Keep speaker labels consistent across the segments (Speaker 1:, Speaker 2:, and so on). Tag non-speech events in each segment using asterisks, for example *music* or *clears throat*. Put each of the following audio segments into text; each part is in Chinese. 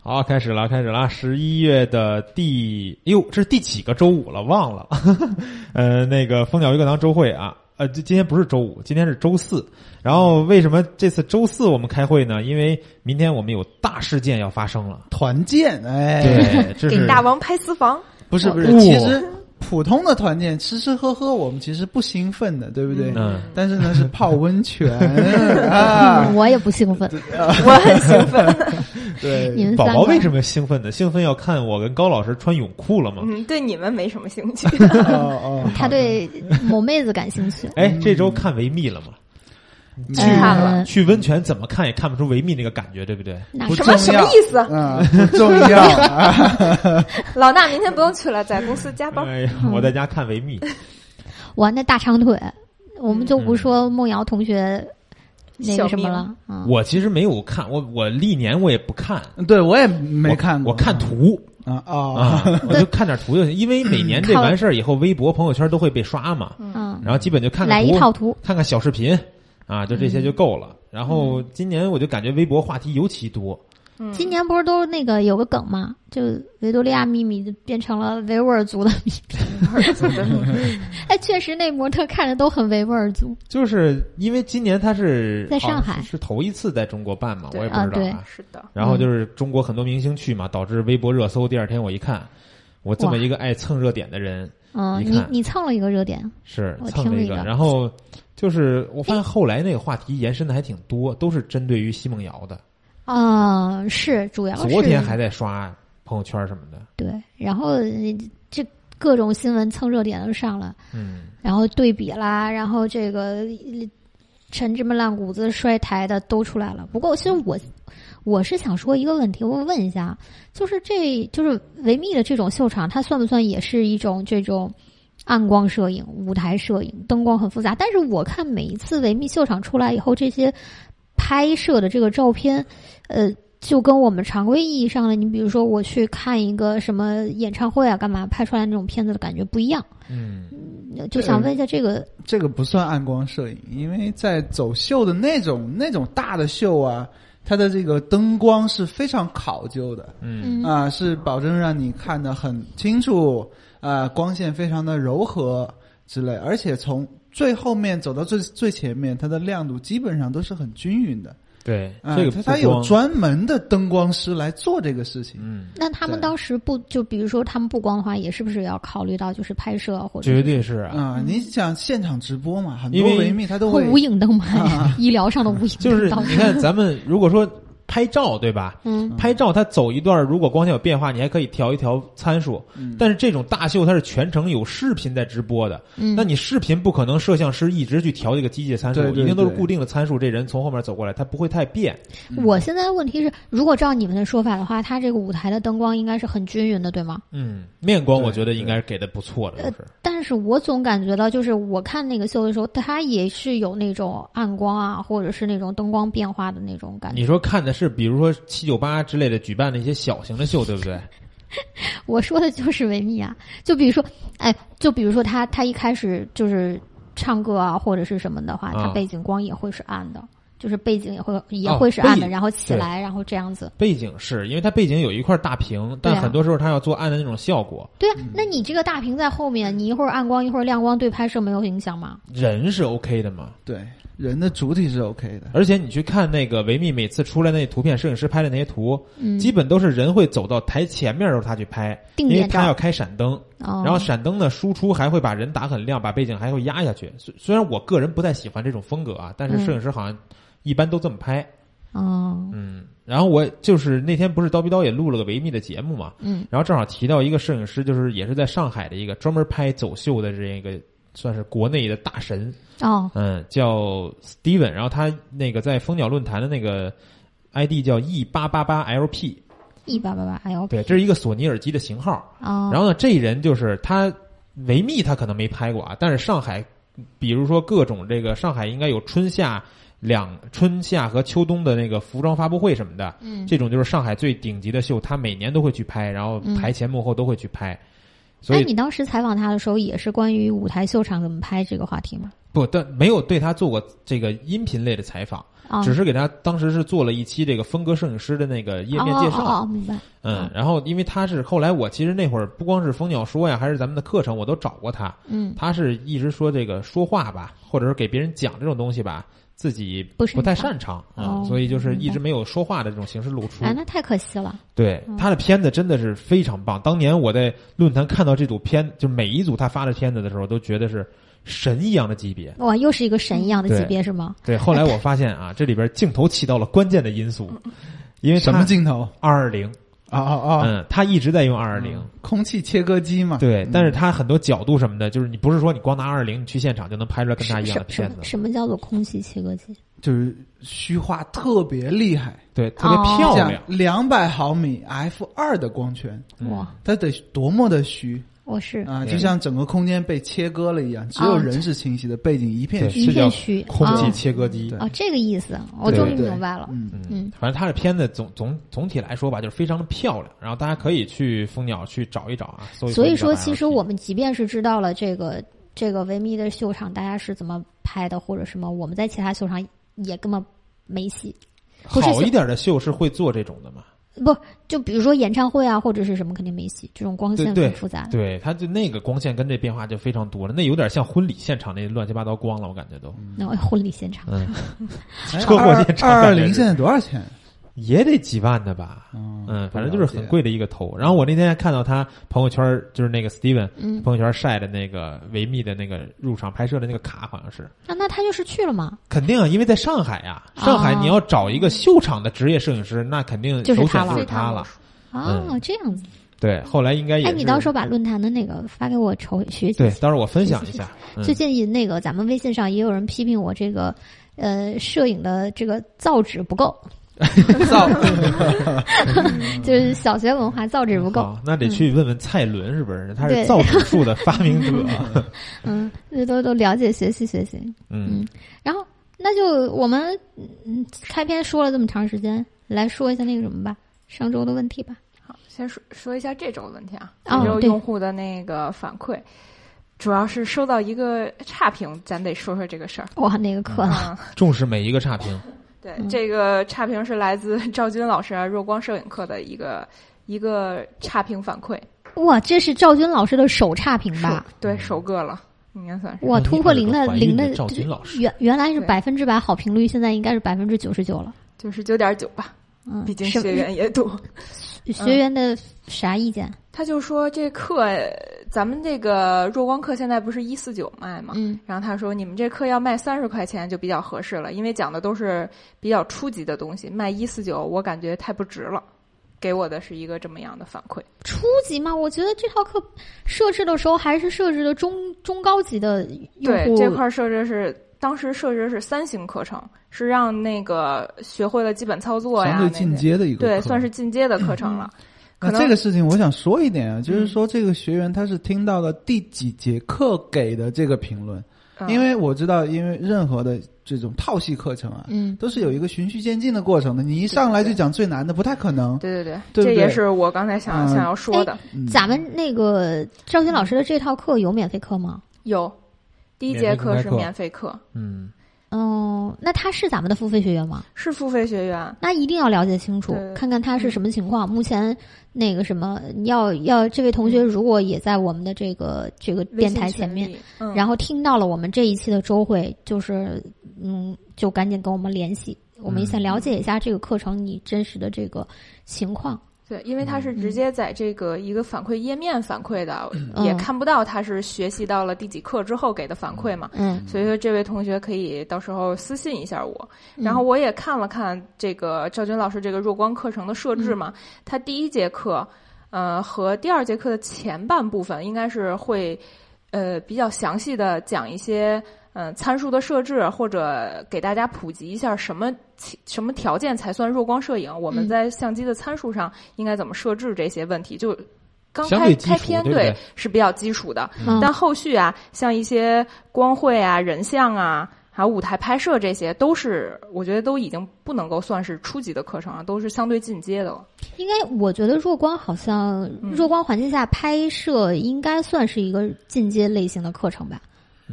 Speaker 1: 好，开始了，开始了！啊十一月的第，哎呦，这是第几个周五了？忘了。 *laughs* 呃，那个蜂鸟鱼课堂周会啊，呃，这今天不是周五，今天是周四。然后为什么这次周四我们开会呢？因为明天我们有大事件要发生了。
Speaker 2: 团建，哎，
Speaker 1: 对，这
Speaker 3: 给
Speaker 1: 是
Speaker 3: 大王拍私房， *laughs*
Speaker 2: 不是不是
Speaker 1: 哦，
Speaker 2: 其实普通的团建吃吃喝喝，我们其实不兴奋的，对不对？
Speaker 1: 嗯
Speaker 2: 但是呢，是泡温
Speaker 1: *laughs*
Speaker 2: 泉啊，
Speaker 4: 嗯我也不兴奋，
Speaker 3: 我很
Speaker 2: *laughs*
Speaker 3: 兴奋。
Speaker 4: 你
Speaker 2: 对，
Speaker 4: 们
Speaker 1: 宝
Speaker 4: 嗯三个
Speaker 1: 宝为什么兴奋呢？兴奋要看我跟高老师穿泳裤了吗？。
Speaker 3: 嗯，对你们没什么兴
Speaker 2: *laughs*
Speaker 3: 趣。
Speaker 2: 哦哦，
Speaker 4: 他对某妹子感兴趣呃
Speaker 1: 哎，这周看维密了吗？
Speaker 2: 嗯
Speaker 4: 去看了
Speaker 1: 去温泉怎么看也看不出维密那个感觉，对不对？
Speaker 4: 那
Speaker 2: 不
Speaker 4: 是
Speaker 3: 什么
Speaker 2: 重
Speaker 3: 什么
Speaker 2: 要
Speaker 3: 意思？
Speaker 2: 啊，不重要
Speaker 1: *laughs*
Speaker 2: 啊，
Speaker 3: 老大明天不用去了，在公司加班。
Speaker 1: 哎呀，我在家看维密，
Speaker 4: 我那大长腿，我们就不说梦瑶同学那个什么了啊。
Speaker 1: 嗯我其实没有看，我我历年我也不看，
Speaker 2: 对我也没看过，
Speaker 1: 我看图。
Speaker 2: 啊
Speaker 1: 啊 *laughs*
Speaker 2: 哦，，
Speaker 1: 我就看点图就行，因为每年这完事儿以后，微博、朋友圈都会被刷嘛，
Speaker 4: 嗯，
Speaker 1: 然后基本就看
Speaker 4: 来
Speaker 1: 看
Speaker 4: 一
Speaker 1: 图，
Speaker 4: 套嗯图，
Speaker 1: 看看小视频，啊，就这些就够了。然后
Speaker 4: 嗯
Speaker 1: 今年我就感觉微博话题尤其多，
Speaker 3: 嗯
Speaker 4: 今年不是都那个有个梗嘛，就维多利亚秘密就变成了维吾尔族的 *laughs* 秘密。哎，确实那模特看着都很维吾尔族。
Speaker 1: 就是因为今年它是
Speaker 4: 在上海
Speaker 1: 好像是是头一次在中国办嘛，我
Speaker 3: 对
Speaker 1: 也不知道
Speaker 4: 啊
Speaker 1: 啊。
Speaker 3: *laughs* 是的，
Speaker 1: 然后就是中国很多明星去嘛，导致微博热搜。第二天我一看，我这么
Speaker 4: 哇
Speaker 1: 一个爱蹭热点的人，
Speaker 4: 嗯，
Speaker 1: 你
Speaker 4: 你
Speaker 1: 看
Speaker 4: 你蹭了一个热点，
Speaker 1: 是
Speaker 4: 我
Speaker 1: 蹭
Speaker 4: 听
Speaker 1: 了
Speaker 4: 了
Speaker 1: 一
Speaker 4: 一
Speaker 1: 个，
Speaker 4: 个哎
Speaker 1: 然后就是我发现后来那个话题延伸的还挺多，都是针对于奚梦瑶的。
Speaker 4: 嗯，是主要是
Speaker 1: 昨天还在刷朋友圈什么的，
Speaker 4: 对，然后这各种新闻蹭热点都上了。
Speaker 1: 嗯，
Speaker 4: 然后对比啦，然后这个陈芝麻烂谷子摔台的都出来了。不过，其实我我是想说一个问题，我问一下，就是这就是维密的这种秀场，它算不算也是一种这种暗光摄影、舞台摄影、灯光很复杂？但是我看每一次维密秀场出来以后，这些拍摄的这个照片，呃。就跟我们常规意义上的，你比如说我去看一个什么演唱会啊，干嘛拍出来那种片子的感觉不一样。
Speaker 1: 嗯，
Speaker 4: 就想问一下这个，
Speaker 2: 这个不算暗光摄影，因为在走秀的那种那种大的秀啊，它的这个灯光是非常考究的，
Speaker 1: 嗯，
Speaker 2: 啊，是保证让你看得很清楚，啊，光线非常的柔和之类，而且从最后面走到最最前面，它的亮度基本上都是很均匀的。
Speaker 1: 对，
Speaker 2: 啊、
Speaker 1: 这个
Speaker 2: 它
Speaker 1: 不
Speaker 2: 它有
Speaker 1: 光，
Speaker 2: 专门的灯光师来做这个事情。
Speaker 1: 嗯，
Speaker 4: 那他们
Speaker 2: 对
Speaker 4: 当时不就比如说他们不光的话，也是不是要考虑到就是拍摄或者
Speaker 1: 绝对是啊，
Speaker 2: 啊、你想现场直播嘛，很
Speaker 1: 因为
Speaker 2: 多维密它都
Speaker 4: 会
Speaker 2: 会
Speaker 4: 无影灯吗？ *laughs* 医疗上的无影灯
Speaker 1: 啊就是
Speaker 4: 到
Speaker 1: 你
Speaker 4: 底
Speaker 1: 看咱们如果说拍照对吧？
Speaker 4: 嗯，
Speaker 1: 拍照它走一段，如果光线有变化，你还可以调一调参数。
Speaker 2: 嗯
Speaker 1: 但是这种大秀它是全程有视频在直播的，
Speaker 4: 嗯
Speaker 1: 那你视频不可能摄像师一直去调这个机械参数，
Speaker 2: 对对
Speaker 1: 一定都是
Speaker 2: 对
Speaker 1: 固定的参数。这人从后面走过来，他不会太变。
Speaker 4: 我现在的问题是，如果照你们的说法的话，它这个舞台的灯光应该是很均匀的，对吗？
Speaker 1: 嗯，面光
Speaker 2: 对
Speaker 1: 我觉得应该是给的不错的，就是
Speaker 4: 但是我总感觉到，就是我看那个秀的时候，它也是有那种暗光啊，或者是那种灯光变化的那种感觉。
Speaker 1: 你说看的是比如说七九八之类的举办的一些小型的秀，对不对？
Speaker 4: 我说的就是维密啊，就比如说，哎，就比如说他他一开始就是唱歌啊或者是什么的话，
Speaker 1: 啊
Speaker 4: 他背景光也会是暗的，就是背景也会也
Speaker 1: 哦
Speaker 4: 会是暗
Speaker 1: 背
Speaker 4: 的，然后起
Speaker 1: 对
Speaker 4: 来，然后这样子。
Speaker 1: 背景是因为它背景有一块大屏，但
Speaker 4: 对啊
Speaker 1: 很多时候它要做暗的那种效果。
Speaker 4: 对啊，那你这个大屏在后面，你一会儿暗光一会儿亮光，对拍摄没有影响吗？
Speaker 1: 人是 OK 的嘛？
Speaker 2: 对人的主体是 OK 的。
Speaker 1: 而且你去看那个维密每次出来那图片，摄影师拍的那些图，
Speaker 4: 嗯，
Speaker 1: 基本都是人会走到台前面的时候他去拍，
Speaker 4: 定
Speaker 1: 因为
Speaker 4: 点
Speaker 1: 他要
Speaker 4: 照，哦
Speaker 1: 开闪灯，
Speaker 4: 然
Speaker 1: 然后闪灯的输出还会把人打很亮，把背景还会压下去。虽虽然我个人不太喜欢这种风格啊，但是
Speaker 4: 嗯
Speaker 1: 摄影师好像一般都这么拍。
Speaker 4: 嗯
Speaker 1: 嗯，然后我就是那天不是刀逼刀也录了个维密的节目嘛，
Speaker 4: 嗯
Speaker 1: 然后正好提到一个摄影师，就是也是在上海的一个专门拍走秀的这样一个算是国内的大神，
Speaker 4: 哦
Speaker 1: 嗯，叫 Steven，然后他那个在蜂鸟论坛的那个 ID 叫 E 八八八 LP，
Speaker 4: 一八八八哎 L
Speaker 1: 对，这是一个索尼耳机的型号。
Speaker 4: 啊，
Speaker 1: 然后呢，这人就是他维密，他可能没拍过啊，但是上海，比如说各种这个上海应该有春夏两春夏和秋冬的那个服装发布会什么的，
Speaker 4: 嗯
Speaker 1: 这种就是上海最顶级的秀，他每年都会去拍，然后
Speaker 4: 嗯
Speaker 1: 台前幕后都会去拍，所
Speaker 4: 哎，
Speaker 1: 以
Speaker 4: 你当时采访他的时候，也是关于舞台秀场怎么拍这个话题吗？
Speaker 1: 不，但没有对他做过这个音频类的采访，
Speaker 4: 啊，
Speaker 1: 只是给他当时是做了一期这个风格摄影师的那个页面介绍。
Speaker 4: 哦哦哦，明白。
Speaker 1: 嗯
Speaker 4: 嗯，
Speaker 1: 然后因为他是后来我其实那会儿不光是蜂鸟说呀，还是咱们的课程，我都找过他。
Speaker 4: 嗯，
Speaker 1: 他是一直说这个说话吧，或者是给别人讲这种东西吧，自己
Speaker 4: 不擅长
Speaker 1: 太擅长啊、
Speaker 4: 哦
Speaker 1: 所以就是一
Speaker 4: 明
Speaker 1: 直
Speaker 4: 白
Speaker 1: 没有说话的这种形式露出。
Speaker 4: 哎，那太可惜了。
Speaker 1: 对
Speaker 4: 嗯
Speaker 1: 他的片子真的是非常棒，当年我在论坛看到这组片，就每一组他发的片子的时候，都觉得是神一样的级别。
Speaker 4: 哇，又是一个神一样的
Speaker 1: 嗯
Speaker 4: 级
Speaker 1: 对
Speaker 4: 别是吗？
Speaker 1: 对，后来我发现
Speaker 4: *laughs*
Speaker 1: 啊，这里边镜头起到了关键的因素，
Speaker 4: 嗯
Speaker 1: 因为
Speaker 2: 什么镜头？
Speaker 1: 二二零，
Speaker 2: 啊啊啊！
Speaker 1: 嗯，他一直在用二二零。
Speaker 4: 嗯
Speaker 2: 空气切割机嘛。
Speaker 1: 对
Speaker 2: 嗯，
Speaker 1: 但是他很多角度什么的，就是你不是说你光拿二零你去现场就能拍出来跟他
Speaker 4: 什
Speaker 1: 一样的
Speaker 4: 什什
Speaker 1: 片
Speaker 4: 么
Speaker 1: 子，
Speaker 4: 什么叫做空气切割机？
Speaker 2: 就是虚化特别厉害，
Speaker 1: 对，特别
Speaker 4: 哦
Speaker 1: 漂
Speaker 2: 像
Speaker 1: 亮。
Speaker 2: 两百毫米 F 二的光圈，
Speaker 1: 嗯
Speaker 4: 哇，
Speaker 2: 它得多么的虚
Speaker 4: 我是
Speaker 2: 啊！
Speaker 1: 对
Speaker 2: 就像整个空间被切割了一样，只有
Speaker 4: 哦
Speaker 2: 人是清晰的，背景一片
Speaker 1: 对
Speaker 2: 虚。
Speaker 4: 一
Speaker 1: 是叫
Speaker 4: 片虚，
Speaker 1: 空气
Speaker 4: 哦
Speaker 1: 切割机
Speaker 2: 对，
Speaker 4: 哦，这个意思，我
Speaker 1: 对
Speaker 4: 终于
Speaker 2: 对
Speaker 4: 明白了。
Speaker 2: 嗯，
Speaker 1: 嗯，反正他的片子总总总体来说吧，就是非常的漂亮。然后大家可以去蜂鸟去找一找啊。搜一搜
Speaker 4: 所以
Speaker 1: 你知道
Speaker 4: 说，
Speaker 1: 吧
Speaker 4: 其实我们即便是知道了这个这个维密的秀场大家是怎么拍的，或者什么，我们在其他秀场也根本没戏。不是
Speaker 1: 好一点的秀是会做这种的嘛？
Speaker 4: 不，就比如说演唱会啊，或者是什么，肯定没戏。这种光线
Speaker 1: 对
Speaker 4: 很
Speaker 1: 对
Speaker 4: 复杂。
Speaker 1: 对，他就那个光线跟这变化就非常多了，那有点像婚礼现场那乱七八糟光了，我感觉都。
Speaker 4: 那婚礼现场，
Speaker 1: 嗯，
Speaker 2: 哎
Speaker 1: 车祸现场
Speaker 2: 二二
Speaker 1: 感觉
Speaker 2: 零
Speaker 1: 是
Speaker 2: 现在多少钱？
Speaker 1: 也得几万的吧？
Speaker 2: 嗯
Speaker 1: 嗯，反正就是很。贵的一个头。然后我那天还看到他朋友圈儿，就是那个 Steven
Speaker 4: 嗯，
Speaker 1: 朋友圈儿晒的那个维密的那个入场拍摄的那个卡，好像是
Speaker 4: 那那他就是去了嘛？
Speaker 1: 肯定啊，因为在上海啊，上海
Speaker 4: 啊
Speaker 1: 你要找一个秀场的职业摄影师，那肯定
Speaker 4: 就是
Speaker 1: 首
Speaker 4: 他
Speaker 1: 选
Speaker 4: 了
Speaker 1: 就是他了。
Speaker 4: 哦
Speaker 1: 嗯，
Speaker 4: 这样子。
Speaker 1: 对，后来应该也
Speaker 4: 哎，
Speaker 1: 是
Speaker 4: 你到时候把论坛的那个发给我瞅学习
Speaker 1: 对
Speaker 4: 一，下。
Speaker 1: 到时候我分享一下。嗯
Speaker 4: 最近那个咱们微信上也有人批评我这个，呃，摄影的这个造纸不够，
Speaker 2: 造
Speaker 4: *laughs* 就是小学文化造纸不
Speaker 1: 嗯
Speaker 4: 够。嗯
Speaker 1: 好，哦那得去问问蔡伦是不是？他是
Speaker 4: 对
Speaker 1: 造纸术的发明者。
Speaker 4: *laughs* 嗯，这都都了解学习学习。
Speaker 1: 嗯，
Speaker 4: 然后那就我们嗯开篇说了这么长时间，来说一下那个什么吧，上周的问题吧。
Speaker 3: 好，先说说一下这周的问题啊，
Speaker 4: 哦
Speaker 3: 这周
Speaker 4: 对
Speaker 3: 用户的那个反馈，主要是收到一个差评，咱得说说这个事儿。
Speaker 4: 哇，那个课啊
Speaker 3: 嗯，
Speaker 1: 重视每一个差评。
Speaker 3: 对，
Speaker 4: 嗯
Speaker 3: 这个差评是来自赵军老师啊，弱光摄影课的一个一个差评反馈，
Speaker 4: 哇，这是赵军老师的首差评吧？
Speaker 3: 首对首个了，应该算是。
Speaker 4: 哇，
Speaker 1: 嗯
Speaker 4: 突破零的
Speaker 1: 怀
Speaker 4: 零
Speaker 1: 孕
Speaker 4: 的
Speaker 1: 的赵军老师，
Speaker 4: 原原来是
Speaker 3: 对
Speaker 4: 百分之百好评率，现在应该是百分之九十九了。
Speaker 3: 九十九点九吧，
Speaker 4: 嗯，
Speaker 3: 毕竟
Speaker 4: 什么
Speaker 3: 学员也嗯多。
Speaker 4: 学员的啥意见？
Speaker 3: 他就说这课，呃咱们这个弱光课现在不是一四九卖吗？
Speaker 4: 嗯
Speaker 3: 然后他说你们这课要卖三十块钱就比较合适了，因为讲的都是比较初级的东西，卖一四九我感觉太不值了。给我的是一个这么样的反馈，
Speaker 4: 初级嘛，我觉得这套课设置的时候还是设置的中中高级的用
Speaker 3: 对
Speaker 4: 户
Speaker 3: 这块设置是当时设置是三星课程，是让那个学会了基本操作呀，
Speaker 2: 相对进阶的一
Speaker 3: 那
Speaker 2: 个
Speaker 3: 个，对，
Speaker 2: 课
Speaker 3: 算是进阶的课
Speaker 4: 嗯
Speaker 3: 程了。可
Speaker 2: 那
Speaker 3: 能
Speaker 2: 这个事情，我想说一点啊，就是说这个学员他是听到了第几节课给的这个评论，
Speaker 3: 嗯
Speaker 2: 因为我知道，因为任何的这种套系课程啊，
Speaker 4: 嗯
Speaker 2: 都是有一个循序渐进的过程的。你一上来就讲最难的，不太可能。
Speaker 3: 对对对，
Speaker 2: 对不
Speaker 3: 这也
Speaker 2: 对
Speaker 3: 是我刚才想、
Speaker 2: 嗯
Speaker 3: 想要说
Speaker 4: 哎
Speaker 3: 的。
Speaker 2: 嗯
Speaker 4: 咱们那个赵军老师的这套课有免费课吗？
Speaker 3: 有，第一
Speaker 1: 免
Speaker 3: 节
Speaker 1: 费公
Speaker 3: 课
Speaker 1: 开
Speaker 3: 是
Speaker 1: 课
Speaker 3: 免费课，
Speaker 1: 嗯，
Speaker 4: 哦，那他是咱们的付费学员吗？
Speaker 3: 是付费学员。
Speaker 4: 那一定要了解清楚
Speaker 3: 对，嗯
Speaker 4: 看看他是什么情况。目前那个什么，要要这位同学如果也在我们的这个这个
Speaker 3: 微
Speaker 4: 电
Speaker 3: 信
Speaker 4: 台
Speaker 3: 群
Speaker 4: 前面，
Speaker 3: 里，嗯，
Speaker 4: 然后听到了我们这一期的周会，就是嗯，就赶紧跟我们联系，我们
Speaker 1: 嗯
Speaker 4: 想了解一下这个课程你真实的这个情况。
Speaker 3: 对，因为它是
Speaker 4: 嗯
Speaker 3: 直接在这个一个反馈页面反馈的，
Speaker 4: 嗯
Speaker 3: 也看不到他是学习到了第几课之后给的反馈嘛。
Speaker 4: 嗯，
Speaker 3: 所以说，这位同学可以到时候私信一下我。
Speaker 1: 嗯
Speaker 3: 然后我也看了看这个赵军老师这个弱光课程的设
Speaker 1: 嗯
Speaker 3: 置嘛，他第一节课，呃，和第二节课的前半部分应该是会，呃，比较详细的讲一些。嗯，参数的设置或者给大家普及一下什么其什么条件才算弱光摄影，我们
Speaker 4: 嗯
Speaker 3: 在相机的参数上应该怎么设置这些问题，就刚
Speaker 1: 相
Speaker 3: 开
Speaker 1: 对基
Speaker 3: 开
Speaker 1: 础
Speaker 3: 篇
Speaker 1: 对不对
Speaker 3: 是比较基础的，
Speaker 4: 嗯
Speaker 3: 但后续啊，像一些光绘啊、人像啊，还有舞台拍摄这些，都是我觉得都已经不能够算是初级的课程了，都是相对进阶的了。
Speaker 4: 应该我觉得弱光好
Speaker 3: 嗯
Speaker 4: 像弱光环境下拍摄应该算是一个进阶类型的课程吧。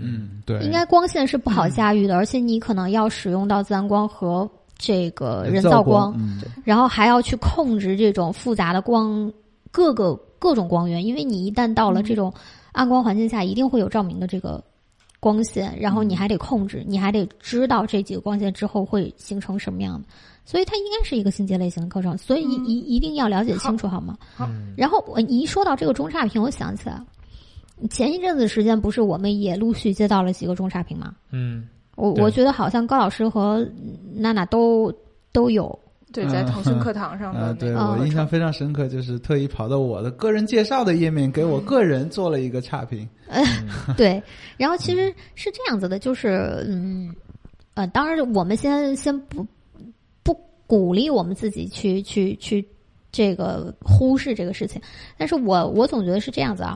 Speaker 2: 嗯，
Speaker 1: 对，
Speaker 4: 应该光线是不好
Speaker 3: 嗯
Speaker 4: 驾驭的，而且你可能要使用到自然光和这个人造光，
Speaker 2: 嗯
Speaker 4: 然后还要去控制这种复杂的光各个各种光源，因为你一旦到了这种暗光环境下，一定会有照明的这个光线，然后你还得控制，你还得知道这几个光线之后会形成什么样的，所以它应该是一个进阶类型的课程，所以一
Speaker 3: 嗯
Speaker 4: 一一定要了解清楚好吗？
Speaker 1: 嗯
Speaker 4: 然后我你一说到这个中差评，我想起来了，前一阵子时间不是我们也陆续接到了几个中差评吗？
Speaker 1: 嗯，
Speaker 4: 我
Speaker 1: 对
Speaker 4: 我觉得好像高老师和娜娜都都有，
Speaker 3: 嗯对，在腾讯课堂上
Speaker 2: 啊
Speaker 3: 的，
Speaker 2: 对
Speaker 4: 嗯
Speaker 3: 那个
Speaker 2: 我
Speaker 3: 课
Speaker 2: 印象
Speaker 3: 程，
Speaker 2: 非常深刻，就是特意跑到我的个人介绍的页面，给我个人做了一个差评。
Speaker 1: 嗯
Speaker 4: *laughs* 对，然后其实是这样子的，就是嗯呃，当然我们先先不不鼓励我们自己去去去这个忽视这个事情，但是我我总觉得是这样子啊，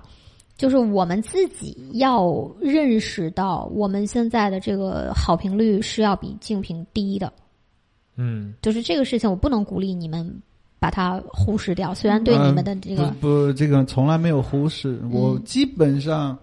Speaker 4: 就是我们自己要认识到我们现在的这个好评率是要比竞评低的，
Speaker 1: 嗯，
Speaker 4: 就是这个事情我不能鼓励你们把它忽视掉，虽然对你
Speaker 2: 嗯
Speaker 4: 们的这个、嗯
Speaker 2: 不不，这个从来没有忽视。我基本上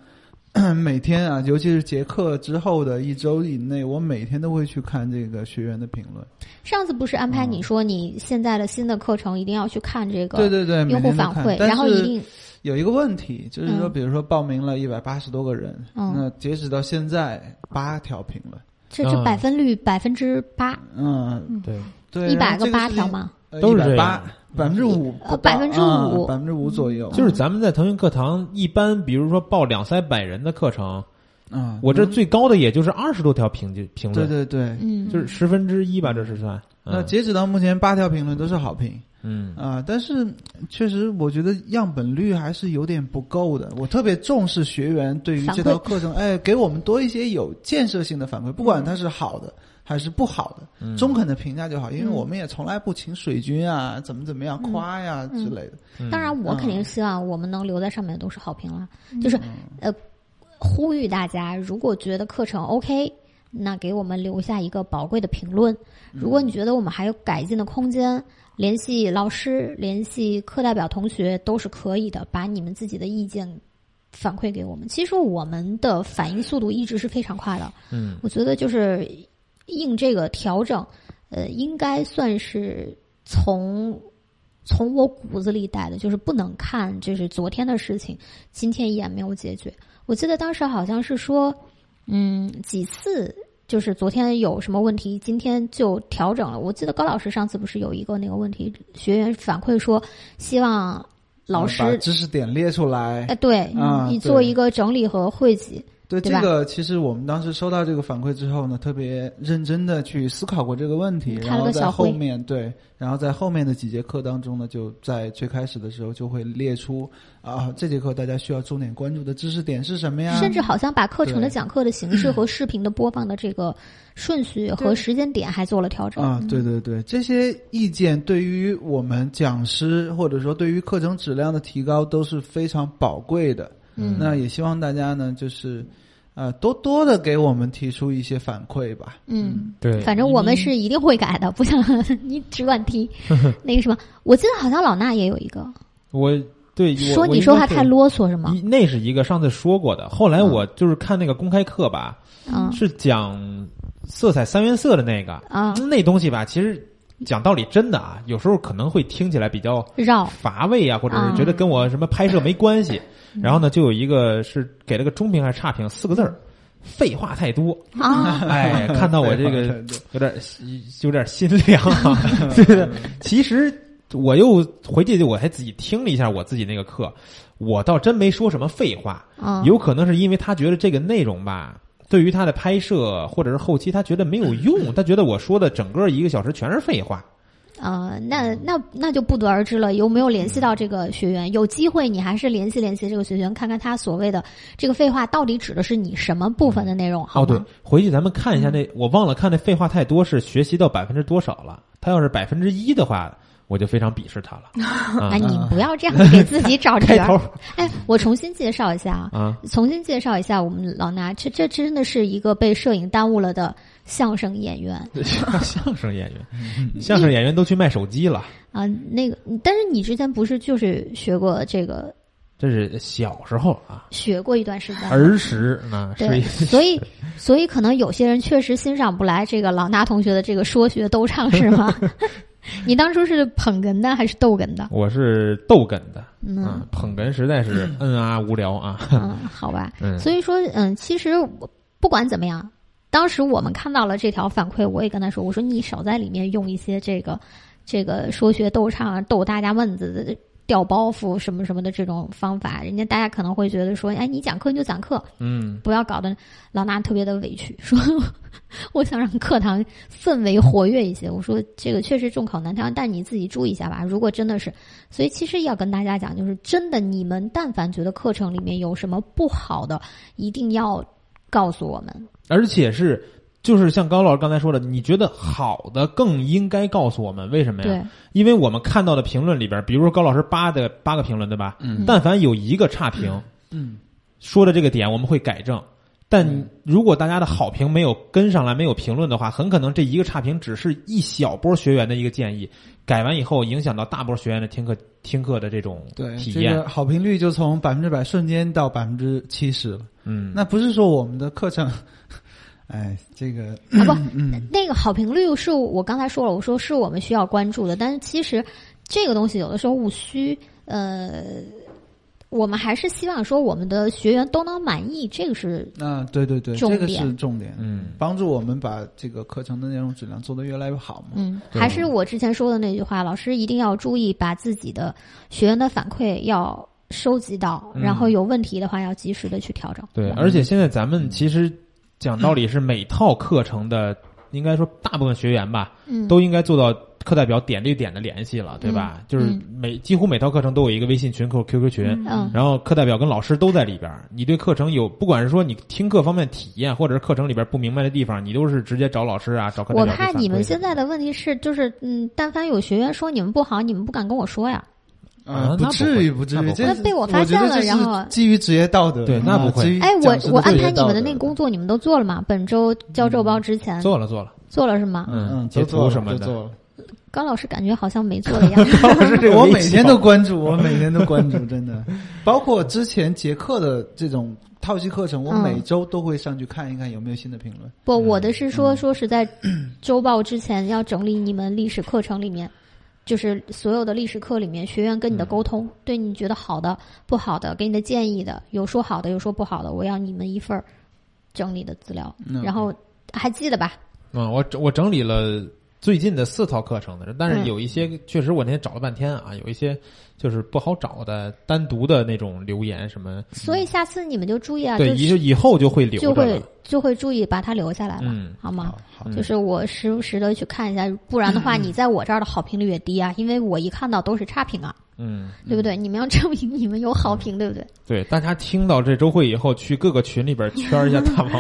Speaker 2: *clears throat* 每天啊，尤其是结课之后的一周以内，我每天都会去看这个学员的评论。
Speaker 4: 上次不是安排你说你现在的新的课程一定要去看这个
Speaker 2: 嗯对对对，每
Speaker 4: 用户
Speaker 2: 天都
Speaker 4: 反
Speaker 2: 看
Speaker 4: 馈，
Speaker 2: 但
Speaker 4: 然后
Speaker 2: 是
Speaker 4: 一定
Speaker 2: 有一个问题，就是说，
Speaker 4: 嗯
Speaker 2: 比如说报名了一百八十多个人，
Speaker 4: 嗯
Speaker 2: 那截止到现在八条评论，
Speaker 4: 这这
Speaker 1: 嗯
Speaker 4: 百分率百分之八，
Speaker 2: 嗯，
Speaker 1: 对，
Speaker 2: 对，
Speaker 4: 一百个八条
Speaker 2: 嘛，
Speaker 4: 嘛，
Speaker 1: 都是这
Speaker 2: 180
Speaker 1: 样
Speaker 2: 呃百分之五啊
Speaker 4: 呃，5%
Speaker 2: 百分之五左右，
Speaker 1: 就是咱们在腾讯课堂一般，比如说报两三百人的课程，
Speaker 2: 嗯，
Speaker 1: 我这最高的也就是二十多条评论评
Speaker 2: 对
Speaker 1: 论，
Speaker 2: 对对。
Speaker 4: 嗯，
Speaker 1: 就是十分之一吧，这是算。
Speaker 2: 那
Speaker 1: 嗯
Speaker 2: 截止到目前，八条评论都是好评
Speaker 1: 嗯
Speaker 2: 啊、但是确实我觉得样本率还是有点不够的。我特别重视学员对于
Speaker 4: 反馈
Speaker 2: 这套课程，哎，给我们多一些有建设性的反馈，不
Speaker 4: 嗯
Speaker 2: 管它是好的还是不好的，
Speaker 1: 嗯
Speaker 2: 中肯的评价就好，因为
Speaker 4: 嗯
Speaker 2: 我们也从来不请水军啊，怎么怎么样
Speaker 4: 嗯
Speaker 2: 夸呀、
Speaker 4: 嗯
Speaker 2: 之类的。
Speaker 1: 嗯
Speaker 4: 当然我
Speaker 2: 嗯
Speaker 4: 肯定希望我们能留在上面都是好评了，
Speaker 3: 嗯
Speaker 4: 就是呃，呼吁大家，如果觉得课程 OK。那给我们留下一个宝贵的评论。如
Speaker 2: 嗯
Speaker 4: 果你觉得我们还有改进的空间，联系老师、联系课代表同学都是可以的，把你们自己的意见反馈给我们。其实我们的反应速度一直是非常快的，
Speaker 1: 嗯
Speaker 4: 我觉得就是应这个调整，呃，应该算是从从我骨子里带的，就是不能看这是昨天的事情，今天依然没有解决。我记得当时好像是说，嗯，几次就是昨天有什么问题，今天就调整了。我记得高老师上次不是有一个那个问题，学员反馈说希望 *laughs* 老
Speaker 2: 嗯
Speaker 4: 师
Speaker 2: 把。知识点列出来，
Speaker 4: 哎，对，
Speaker 2: 啊
Speaker 4: 你
Speaker 2: 对
Speaker 4: 做一个整理和汇集，
Speaker 2: 对
Speaker 4: 对
Speaker 2: 这
Speaker 4: 吧
Speaker 2: 个，其实我们当时收到这个反馈之后呢，特别认真的去思考过这个问题，
Speaker 4: 嗯开
Speaker 2: 然
Speaker 4: 了
Speaker 2: 后
Speaker 4: 个
Speaker 2: 在
Speaker 4: 小会
Speaker 2: 后面对，然后在后面的几节课当中呢，就在最开始的时候就会列出啊，这节课大家需要重点关注的知识点是什么呀？
Speaker 4: 甚至好像把课程的
Speaker 2: 对
Speaker 4: 讲课的形式和视频的播放的这个顺序和
Speaker 3: 对
Speaker 4: 时间点还做了调整。
Speaker 2: 啊，对对对，这些意见对于我们讲师或者说对于课程质量的提高都是非常宝贵的。
Speaker 4: 嗯
Speaker 2: 那也希望大家呢，就是呃，多多的给我们提出一些反馈吧。
Speaker 4: 嗯，
Speaker 1: 对，
Speaker 4: 反正我们是一定会改的，不像 *laughs* 你只管提那个什么。我记得好像老衲也有一个
Speaker 1: 我对我
Speaker 4: 说
Speaker 1: 我
Speaker 4: 你
Speaker 1: 应
Speaker 4: 说
Speaker 1: 该
Speaker 4: 话
Speaker 1: 是
Speaker 4: 太啰嗦是吗？
Speaker 1: 一那是一个上次说过的，后来我就是看那个公开课吧，
Speaker 4: 嗯
Speaker 1: 是讲色彩三原色的那个，
Speaker 4: 啊，
Speaker 1: 那东西吧，其实讲道理真的啊，有时候可能会听起来比较
Speaker 4: 绕
Speaker 1: 乏味啊，或者
Speaker 4: 啊
Speaker 1: 是觉得跟我什么拍摄没关系。
Speaker 4: 嗯
Speaker 1: 然后呢，就有一个是给了个中评还是差评，四个字儿。废话太多，
Speaker 4: 啊，
Speaker 1: 哎，看到我这
Speaker 2: *laughs* 对
Speaker 1: 个
Speaker 2: 对对
Speaker 1: 有点有点心凉
Speaker 4: *laughs*
Speaker 1: 啊。对对，其实我又回去我还自己听了一下我自己那个课，我倒真没说什么废话，
Speaker 4: 嗯，
Speaker 1: 有可能是因为他觉得这个内容吧，对于他的拍摄或者是后期，他觉得没有
Speaker 4: 嗯
Speaker 1: 用，他觉得我说的整个一个小时全是废话。
Speaker 4: 呃，那那那就不得而知了。有没有联系到这个学员？有机会你还是联系联系这个学员，看看他所谓的这个废话到底指的是你什么部分的内容，好嗯
Speaker 1: 哦，对
Speaker 4: 吗？，
Speaker 1: 回去咱们看一下那，我忘了看那废话太多是学习到百分之多少了。他要是百分之一的话，我就非常鄙视他
Speaker 4: *laughs*
Speaker 1: 了。
Speaker 4: 啊，
Speaker 1: 啊
Speaker 4: 你不要这样给自
Speaker 1: *laughs*
Speaker 4: 己找
Speaker 1: 开
Speaker 4: 辙。
Speaker 1: 头
Speaker 4: 哎，我重新介绍一下啊，
Speaker 1: 啊，
Speaker 4: 重新介绍一下我们老衲，这这真的是一个被摄影耽误了的相声演员
Speaker 1: *laughs* 相声演员，相声演员都去卖手机了。
Speaker 4: 啊。那个，但是你之前不是就是学过这个
Speaker 1: 这是小时候啊，
Speaker 4: 学过一段时间了。
Speaker 1: 儿时那是
Speaker 4: 嗯对，
Speaker 1: 一
Speaker 4: 所以所以可能有些人确实欣赏不来这个老衲同学的这个说学逗唱，
Speaker 1: *laughs*
Speaker 4: 是吗？你当初是捧哏的还是逗哏的
Speaker 1: *laughs* ？我是逗哏的，
Speaker 4: 嗯
Speaker 1: 啊，捧哏实在
Speaker 4: *clears throat*
Speaker 1: 是嗯啊无聊啊，
Speaker 4: 嗯，好吧。
Speaker 1: 嗯，
Speaker 4: 所以说，嗯，其实我不管怎么样，当时我们看到了这条反馈，我也跟他说，我说你少在里面用一些这个这个说学逗唱啊、逗大家问子、掉包袱什么什么的这种方法，人家大家可能会觉得说，哎，你讲课你就讲课，
Speaker 1: 嗯，
Speaker 4: 不要搞得老衲特别的委屈，说 *laughs* 我想让课堂氛围活跃一些。我说这个确实众口难调，但你自己注意一下吧。如果真的是，所以其实要跟大家讲，就是真的，你们但凡觉得课程里面有什么不好的，一定要告诉我们。
Speaker 1: 而且是就是像高老师刚才说的，你觉得好的更应该告诉我们为什么呀？
Speaker 4: 对，
Speaker 1: 因为我们看到的评论里边，比如说高老师八的八个评论，对吧？
Speaker 2: 嗯
Speaker 1: 但凡有一个差评
Speaker 2: 嗯，
Speaker 1: 说的这个点，我们会改正。但如果大家的好评没有跟上来，没有评论的话，很可能这一个差评只是一小波学员的一个建议，改完以后影响到大波学员的听课听课的这种
Speaker 2: 对，
Speaker 1: 体
Speaker 2: 这
Speaker 1: 验。
Speaker 2: 个好评率就从百分之百瞬间到百分之七十了。
Speaker 1: 嗯，
Speaker 2: 那不是说我们的课程， *laughs* 哎，这个
Speaker 4: 啊不，
Speaker 2: 嗯
Speaker 4: 那个好评率是我刚才说了，我说是我们需要关注的，但是其实这个东西有的时候务虚，呃。我们还是希望说我们的学员都能满意，这个是
Speaker 2: 啊，对对对，
Speaker 4: 重
Speaker 2: 这个
Speaker 4: 点
Speaker 2: 是重点，
Speaker 1: 嗯
Speaker 2: 帮助我们把这个课程的内容质量做得越来越好嘛。
Speaker 4: 嗯，
Speaker 1: 对
Speaker 4: 还是我之前说的那句话，老师一定要注意把自己的学员的反馈要收集到，
Speaker 1: 嗯
Speaker 4: 然后有问题的话要及时的去调整。
Speaker 1: 对，而且现在咱
Speaker 4: 嗯
Speaker 1: 们其实讲道理是每套课程的，应该说大部分学员吧，
Speaker 4: 嗯，
Speaker 1: 都应该做到课代表点对点的联系了，对吧？就是每几乎每套课程都有一个微信群或 QQ 群，
Speaker 4: 嗯
Speaker 1: 然后课代表跟老师都在里边儿。你对课程有，不管是说你听课方面体验，或者是课程里边不明白的地方，你都是直接找老师啊，找课代
Speaker 4: 我
Speaker 1: 表去
Speaker 4: 怕
Speaker 1: 反馈的。
Speaker 4: 你们现在的问题是，就是嗯，但凡有学员说你们不好，你们不敢跟我说呀。
Speaker 1: 啊
Speaker 2: 啊，
Speaker 1: 那不
Speaker 2: 至于，
Speaker 1: 会
Speaker 2: 不至
Speaker 1: 那
Speaker 2: 于，
Speaker 1: 不
Speaker 2: 这
Speaker 4: 会
Speaker 2: 是
Speaker 4: 那被我
Speaker 2: 我
Speaker 4: 发
Speaker 2: 觉得
Speaker 4: 现了
Speaker 2: 这是
Speaker 4: 然后
Speaker 2: 基于职业道德，
Speaker 1: 对那不会
Speaker 2: 啊基于
Speaker 4: 哎，我
Speaker 2: 讲师
Speaker 4: 我
Speaker 2: 职
Speaker 4: 安
Speaker 2: 业
Speaker 4: 排你
Speaker 2: 道
Speaker 4: 们的
Speaker 2: 德
Speaker 4: 那工作，你们都做了吗？本周交周报之前
Speaker 1: 做了做了，
Speaker 4: 做了是吗？
Speaker 1: 嗯，
Speaker 2: 嗯，
Speaker 1: 截
Speaker 2: 都做
Speaker 1: 图
Speaker 2: 了
Speaker 1: 什么
Speaker 2: 都
Speaker 1: 的，
Speaker 2: 做了
Speaker 4: 高老师感觉好像没 *laughs* 做的样子。
Speaker 1: 不是这个哦
Speaker 2: 我
Speaker 1: 微
Speaker 2: 每
Speaker 1: 信
Speaker 2: 天
Speaker 1: 吧
Speaker 2: 都关注，我每天都关注，真的，包括之前捷克的这种套系课程，我
Speaker 4: 嗯
Speaker 2: 每周都会上去看一看有没有新的评论。
Speaker 4: 不，
Speaker 1: 嗯
Speaker 4: 我的是说，说是在周报之前要整理你们历史课程里面，就是所有的历史课里面，学员跟你
Speaker 1: 嗯
Speaker 4: 的沟通，对你觉得好的、不好的，给你的建议的，有说好的，有说不好的，我要你们一份儿整理的资料，
Speaker 2: 嗯
Speaker 4: 然后还记得吧？
Speaker 1: 嗯，我整我整理了最近的四套课程的，但是
Speaker 4: 嗯
Speaker 1: 有一些、确实我那天找了半天啊，有一些就是不好找的单独的那种留言什么，
Speaker 4: 所以下次你们就注意啊，
Speaker 1: 嗯对，
Speaker 4: 就
Speaker 1: 以
Speaker 4: 是
Speaker 1: 以后就会留着
Speaker 4: 就会
Speaker 1: 了。
Speaker 4: 就会注意把它留下来了，
Speaker 1: 嗯
Speaker 4: 好吗？
Speaker 2: 好
Speaker 1: 嗯
Speaker 4: 就是我时不时的去看一下，不然的话，你在我这儿的好评率也低啊，因为我一看到都是差评啊，
Speaker 1: 嗯，
Speaker 4: 对不对？你们要 *laughs* 证明你们有好评，对
Speaker 1: *laughs*
Speaker 4: 不对？
Speaker 1: 对，大家听到这周会以后，去各个群里边圈一下大王，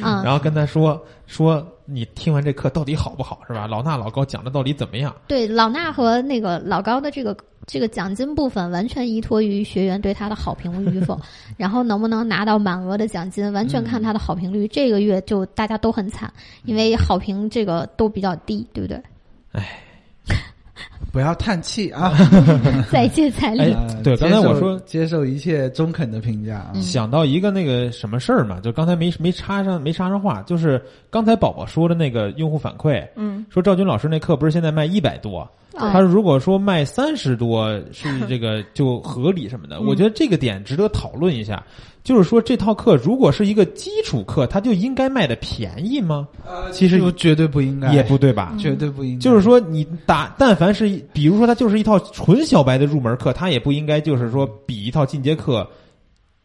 Speaker 4: 啊、
Speaker 1: 然后跟他说说你听完这课到底好不好，是吧？老衲老高讲的到底怎么样？
Speaker 4: 对，老衲和那个老高的这个这个奖金部分，完全依托于学员对他的好评与否，然后能不能拿到满额的奖金，完全看他的好评率。这个月就大家都很惨，因为好评这个都比较低，对不对？
Speaker 2: 不要叹气啊！
Speaker 4: 再接再厉。
Speaker 1: 哎
Speaker 2: 呃
Speaker 1: 对刚才
Speaker 2: 接受
Speaker 1: 我说
Speaker 2: 接受一切中肯的评价啊。
Speaker 4: 嗯
Speaker 1: 想到一个那个什么事儿嘛，就刚才没没插上没插上话，就是刚才宝宝说的那个用户反馈，
Speaker 3: 嗯，
Speaker 1: 说赵军老师那课不是现在卖一百多，
Speaker 4: 啊
Speaker 1: 他如果说卖三十多是这个就合理什么的，我觉得这个点值得讨论一下。就是说这套课如果是一个基础课，它就应该卖的便宜吗？
Speaker 2: 呃
Speaker 1: 其实
Speaker 2: 就绝对不应该，
Speaker 1: 也不对吧？
Speaker 2: 绝对不应该。
Speaker 1: 就是说你打，但凡是一比如说它就是一套纯小白的入门课，它也不应该就是说比一套进阶课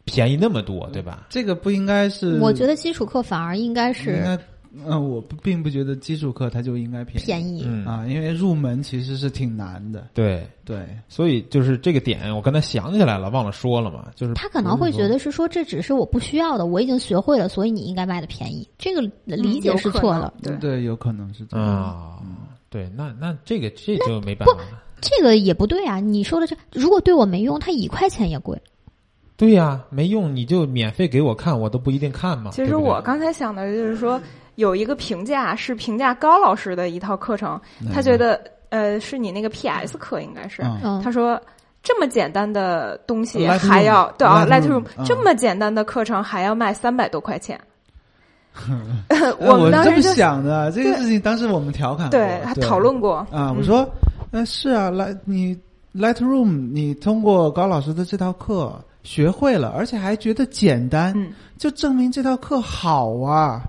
Speaker 1: 便宜那么多，对吧？
Speaker 2: 这个不应该是，
Speaker 4: 我觉得基础课反而应该
Speaker 2: 应
Speaker 4: 是
Speaker 2: 该，嗯，我不并不觉得基础课它就应该便宜
Speaker 4: 便宜。
Speaker 1: 嗯，
Speaker 2: 啊，因为入门其实是挺难的。
Speaker 1: 对，
Speaker 2: 对，
Speaker 1: 所以就是这个点，我刚才想起来了，忘了说了嘛，就是
Speaker 4: 他可能会觉得是说这只是我不需要的，我已经学会了，所以你应该卖的便宜。这个理解是错了。
Speaker 3: 嗯有可能对，
Speaker 2: 对，有可能是这样。
Speaker 1: 啊、对，那那这个这就没办法了。
Speaker 4: 这个也不对啊！你说的这，如果对我没用，他一块钱也贵。
Speaker 1: 对呀、没用，你就免费给我看，我都不一定看嘛。
Speaker 3: 其
Speaker 1: 对
Speaker 3: 实
Speaker 1: 不对
Speaker 3: 我刚才想的就是说，有一个评价是评价高老嗯师的一套课程，他觉得呃是你那个 PS 课应该是，
Speaker 2: 嗯
Speaker 4: 嗯，
Speaker 3: 他说这么简单的东西
Speaker 2: Lightroom，
Speaker 3: 还要对啊
Speaker 2: Lightroom，
Speaker 3: ，Lightroom
Speaker 2: 嗯
Speaker 3: 这么简单的课程还要卖三百多块钱， *laughs*
Speaker 2: 哎呃我
Speaker 3: 们当
Speaker 2: 这么
Speaker 3: 时就
Speaker 2: 想的，这个
Speaker 3: 对
Speaker 2: 事情当时我们调侃过，
Speaker 3: 对还讨论过
Speaker 2: 啊，我
Speaker 3: 嗯
Speaker 2: 说，呃，是啊，来你 Lightroom，你通过高老师的这套课学会了，而且还觉得简单，
Speaker 3: 嗯
Speaker 2: 就证明这套课好
Speaker 3: *laughs*
Speaker 2: 啊，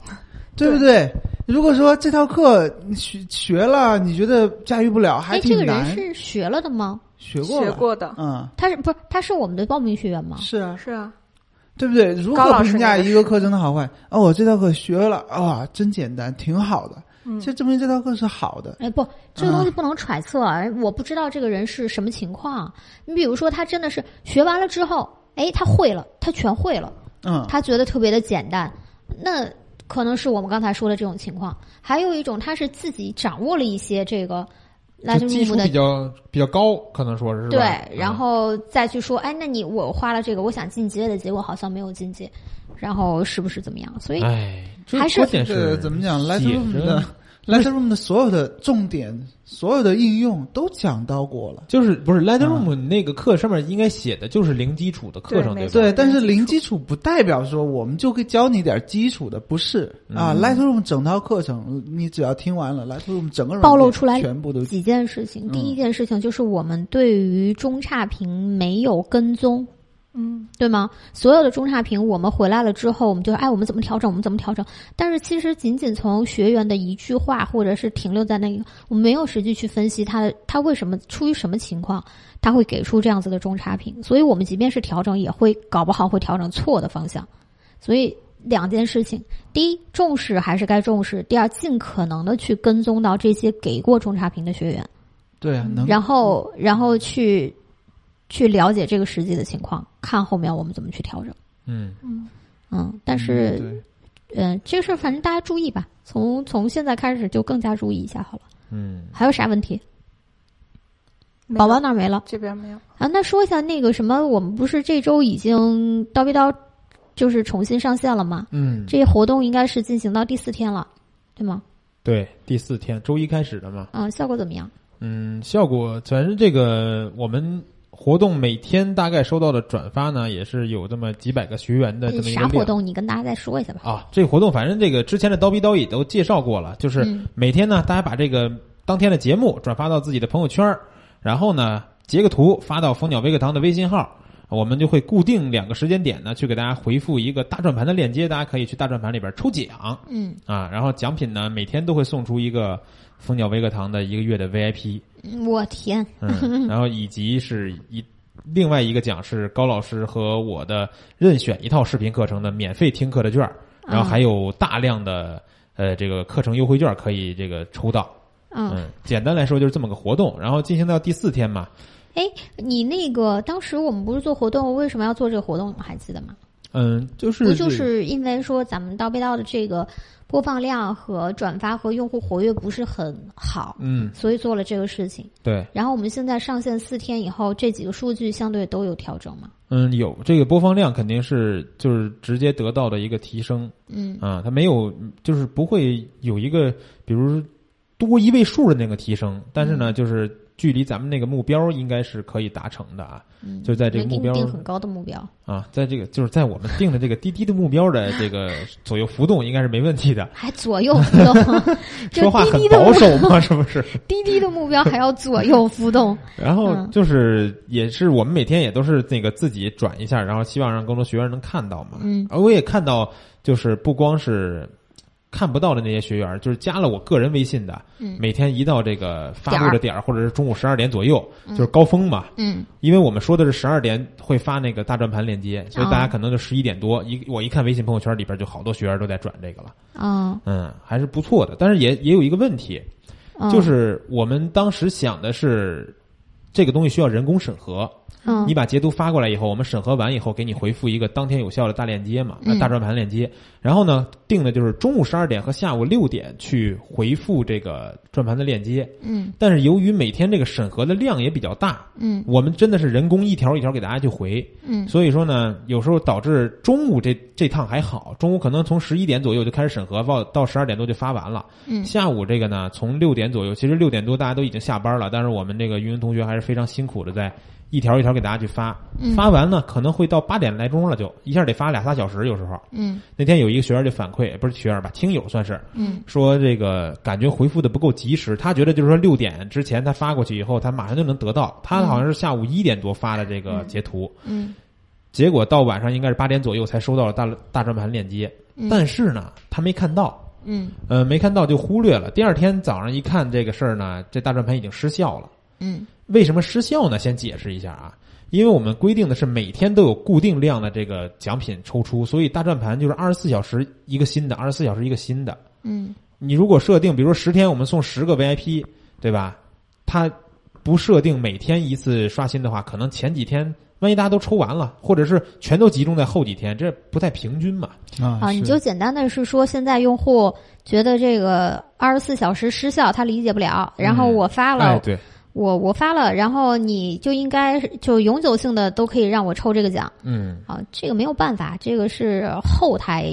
Speaker 2: 对不对？如果说这套课你学学了，你觉得驾驭不了，还
Speaker 4: 哎，这
Speaker 2: 挺
Speaker 4: 个人
Speaker 2: 难，
Speaker 4: 是学了的吗？
Speaker 2: 学过了
Speaker 3: 学过哦的，
Speaker 2: 嗯，
Speaker 4: 他是不是他是我们的报名学员吗？
Speaker 2: 是啊，
Speaker 3: 是啊，
Speaker 2: 对不对？如
Speaker 3: 高
Speaker 2: 何
Speaker 3: 老师
Speaker 2: 评价
Speaker 3: 那个
Speaker 2: 一个课程的好坏？啊，我这套课学了啊，真简单，挺好的，
Speaker 3: 嗯
Speaker 2: 这证明这套课是好的。
Speaker 4: 哎，不，这个东西
Speaker 1: 啊
Speaker 4: 不能揣测，哎我不知道这个人是什么情况。啊你比如说，他真的是学完了之后，哎，他会了，他全会了，
Speaker 1: 啊
Speaker 2: 嗯，
Speaker 4: 他觉得特别的简单，那可能是我们刚才说的这种情况。还有一种，他是自己掌握了一些这个
Speaker 1: 就基
Speaker 4: Lightroom
Speaker 1: 础
Speaker 4: 的
Speaker 1: 比较比较高，可能说是
Speaker 4: 对
Speaker 1: 吧？，啊嗯
Speaker 4: 然后再去说，哎，那你我花了这个，我想进阶的结果好像没有进阶，然后是不是怎么样？所以
Speaker 1: 嗯，哎，这
Speaker 4: 还是
Speaker 1: 关键
Speaker 2: 这个
Speaker 1: 是
Speaker 2: 怎么讲
Speaker 1: 写
Speaker 2: ？Lightroom
Speaker 1: 着
Speaker 2: 的
Speaker 1: 呢
Speaker 2: *laughs* Lightroom 的所有的重点、所有的应用都讲到过了。
Speaker 1: 就是不是
Speaker 2: 啊
Speaker 1: Lightroom 那个课上面应该写的就是零基础的课程
Speaker 3: 对没
Speaker 1: 吧？
Speaker 3: 错
Speaker 2: 对，但是零基础不代表说我们就可以教你点基础的，不是啊？Lightroom 整套课程，你只要听完了，Lightroom 整个软件
Speaker 4: 暴露出来
Speaker 2: 全部都
Speaker 4: 几件事情，第
Speaker 2: 嗯
Speaker 4: 一件事情就是我们对于中差评没有跟踪，
Speaker 3: 嗯，
Speaker 4: 对吗？所有的中差评，我们回来了之后，我们就说哎，我们怎么调整？我们怎么调整？但是其实仅仅从学员的一句话，或者是停留在那个，我们没有实际去分析他的他为什么出于什么情况，他会给出这样子的中差评。所以我们即便是调整，也会搞不好会调整错的方向。所以两件事情，第一，重视还是该重视；第二，尽可能的去跟踪到这些给过中差评的学员，
Speaker 2: 对啊，
Speaker 1: 嗯
Speaker 2: 能
Speaker 4: 然后然后去去了解这个实际的情况，看后面我们怎么去调整。
Speaker 1: 嗯，
Speaker 4: 嗯，但是，嗯，这个事儿反正大家注意吧，从从现在开始就更加注意一下好了。
Speaker 1: 嗯，
Speaker 4: 还有啥问题？
Speaker 3: 嗯没有
Speaker 4: 宝宝哪儿没了
Speaker 3: 这边没有，
Speaker 4: 啊？那说一下那个什么，我们不是这周已经叨逼叨，就是重新上线了吗？
Speaker 1: 嗯，
Speaker 4: 这活动应该是进行到第四天了，对吗？
Speaker 1: 对，第四天周一开始的嘛，
Speaker 4: 嗯，效果怎么样？
Speaker 1: 嗯，效果反正这个我们活动每天大概收到的转发呢，也是有这么几百个学员的这么一个
Speaker 4: 呃啥
Speaker 1: 量。
Speaker 4: 活动？啊你跟大家再说一下吧。
Speaker 1: 啊，这个活动反正这个之前的刀逼刀也都介绍过了，就是
Speaker 4: 嗯
Speaker 1: 每天呢，大家把这个当天的节目转发到自己的朋友圈儿，然后呢截个图发到蜂鸟微课堂的微信号。我们就会固定两个时间点呢，去给大家回复一个大转盘的链接，大家可以去大转盘里边抽奖
Speaker 4: 嗯，
Speaker 1: 啊。然后奖品呢，每天都会送出一个蜂鸟微课堂的一个月的 VIP，
Speaker 4: 我天，
Speaker 1: 嗯，然后以及是一另外一个奖是高老师和我的任选一套视频课程的免费听课的券儿，然后还
Speaker 4: 嗯
Speaker 1: 有大量的呃这个课程优惠券儿可以这个抽到。
Speaker 4: 嗯，
Speaker 1: 嗯，简单来说就是这么个活动，然后进行到第四天嘛，
Speaker 4: 哎，你那个当时我们不是做活动，为什么要做这个活动？你还记得吗？
Speaker 1: 嗯，就是
Speaker 4: 不就是因为说咱们刀背刀的这个播放量和转发和用户活跃不是很好，
Speaker 1: 嗯
Speaker 4: 所以做了这个事情。
Speaker 1: 对
Speaker 4: 然后我们现在上线四天以后，这几个数据相对都有调整嘛？
Speaker 1: 嗯有这个播放量肯定是就是直接得到的一个提升
Speaker 4: 嗯，
Speaker 1: 啊，它没有就是不会有一个比如多一位数的那个提升，但是呢就是。距离咱们那个目标应该是可以达成的啊，
Speaker 4: 嗯
Speaker 1: 就在这个
Speaker 4: 没
Speaker 1: 目
Speaker 4: 给
Speaker 1: 标
Speaker 4: 你定很高的目标。
Speaker 1: 啊，在这个就是在我们定的这个滴滴的目标的这个左右浮动，应该是没问题的。
Speaker 4: 还左右
Speaker 1: *laughs*
Speaker 4: 浮动，就
Speaker 1: 说话
Speaker 4: 滴
Speaker 1: 很
Speaker 4: 滴的
Speaker 1: 保
Speaker 4: 目
Speaker 1: 守嘛，是不
Speaker 4: *laughs*
Speaker 1: 是？
Speaker 4: 滴滴的目标还要左右浮动，
Speaker 1: 然后
Speaker 4: 嗯
Speaker 1: 就是也是我们每天也都是那个自己转一下，然后希望让更多学员能看到嘛。
Speaker 4: 嗯
Speaker 1: 而我也看到，就是不光是看不到的那些学员，就是加了我个人微信的，
Speaker 4: 嗯
Speaker 1: 每天一到这个发布的点儿，或者是中午十二点左右，
Speaker 4: 嗯
Speaker 1: 就是高峰嘛。
Speaker 4: 嗯
Speaker 1: 因为我们说的是十二点会发那个大转盘链接，所以大家
Speaker 4: 啊
Speaker 1: 可能就十一点多一我一看微信朋友圈里边就好多学员都在转这个了，
Speaker 4: 啊，
Speaker 1: 嗯，还是不错的。但是也也有一个问题，
Speaker 4: 嗯
Speaker 1: 就是我们当时想的是，这个东西需要人工审核。
Speaker 4: 嗯
Speaker 1: 你把截图发过来以后，我们审核完以后，给你回复一个当天有效的大链接嘛，呃
Speaker 4: 嗯
Speaker 1: 大转盘链接。然后呢，定的就是中午十二点和下午六点去回复这个转盘的链接。
Speaker 4: 嗯
Speaker 1: 但是由于每天这个审核的量也比较大，
Speaker 4: 嗯
Speaker 1: 我们真的是人工一条一条给大家去回，
Speaker 4: 嗯
Speaker 1: 所以说呢，有时候导致中午这这趟还好，中午可能从十一点左右就开始审核，到到十二点多就发完了。
Speaker 4: 嗯
Speaker 1: 下午这个呢，从六点左右，其实六点多大家都已经下班了，但是我们这个云云同学还是非常辛苦的在一条一条给大家去发，
Speaker 4: 嗯
Speaker 1: 发完呢可能会到八点来钟了就，一下得发俩仨小时，有时候。
Speaker 4: 嗯
Speaker 1: 那天有一个学员就反馈，不是学员吧，听友算是
Speaker 4: 嗯
Speaker 1: 说这个感觉回复的不够及时，他觉得就是说六点之前他发过去以后，他马上就能得到。他好像是下午一点多发的这个截图，
Speaker 4: 嗯
Speaker 1: 结果到晚上应该是八点左右才收到了大大转盘链接，
Speaker 4: 嗯，
Speaker 1: 但是呢他没看到，
Speaker 4: 嗯
Speaker 1: 呃没看到就忽略了。第二天早上一看这个事儿呢，这大转盘已经失效了。
Speaker 4: 嗯
Speaker 1: 为什么失效呢？先解释一下啊，因为我们规定的是每天都有固定量的这个奖品抽出，所以大转盘就是二十四小时一个新的，二十四小时一个新的。
Speaker 4: 嗯
Speaker 1: 你如果设定，比如说十天我们送十个 VIP，对吧？它不设定每天一次刷新的话，可能前几天万一大家都抽完了，或者是全都集中在后几天，这不太平均嘛？
Speaker 2: 啊
Speaker 4: 啊，
Speaker 2: 是
Speaker 4: 你就简单的是说，现在用户觉得这个二十四小时失效，他理解不了，然后
Speaker 1: 嗯
Speaker 4: 我发了，
Speaker 1: 哎，对，
Speaker 4: 我我发了，然后你就应该是就永久性的都可以让我抽这个奖
Speaker 1: 嗯
Speaker 4: 啊，这个没有办法，这个是后台，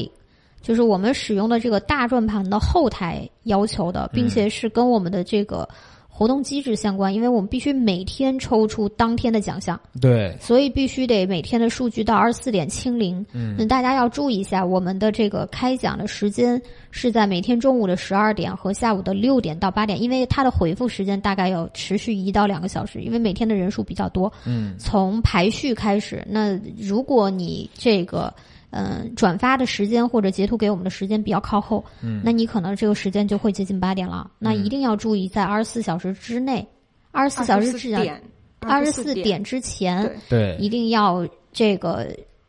Speaker 4: 就是我们使用的这个大转盘的后台要求的，并且是跟我们的这个活动机制相关，因为我们必须每天抽出当天的奖项，
Speaker 1: 对，
Speaker 4: 所以必须得每天的数据到二十四点清零。
Speaker 1: 嗯
Speaker 4: 嗯，大家要注意一下，我们的这个开奖的时间是在每天中午的十二点和下午的六点到八点，因为它的回复时间大概要持续一到两个小时，因为每天的人数比较多，
Speaker 1: 嗯
Speaker 4: 从排序开始。那如果你这个嗯转发的时间或者截图给我们的时间比较靠后，
Speaker 1: 嗯
Speaker 4: 那你可能这个时间就会接近八点了。那一定要注意在二十四小时之内，二十四小时之
Speaker 3: 点，
Speaker 4: 二十
Speaker 3: 四
Speaker 4: 四，点之前
Speaker 3: 对，
Speaker 1: 对，
Speaker 4: 一定要这个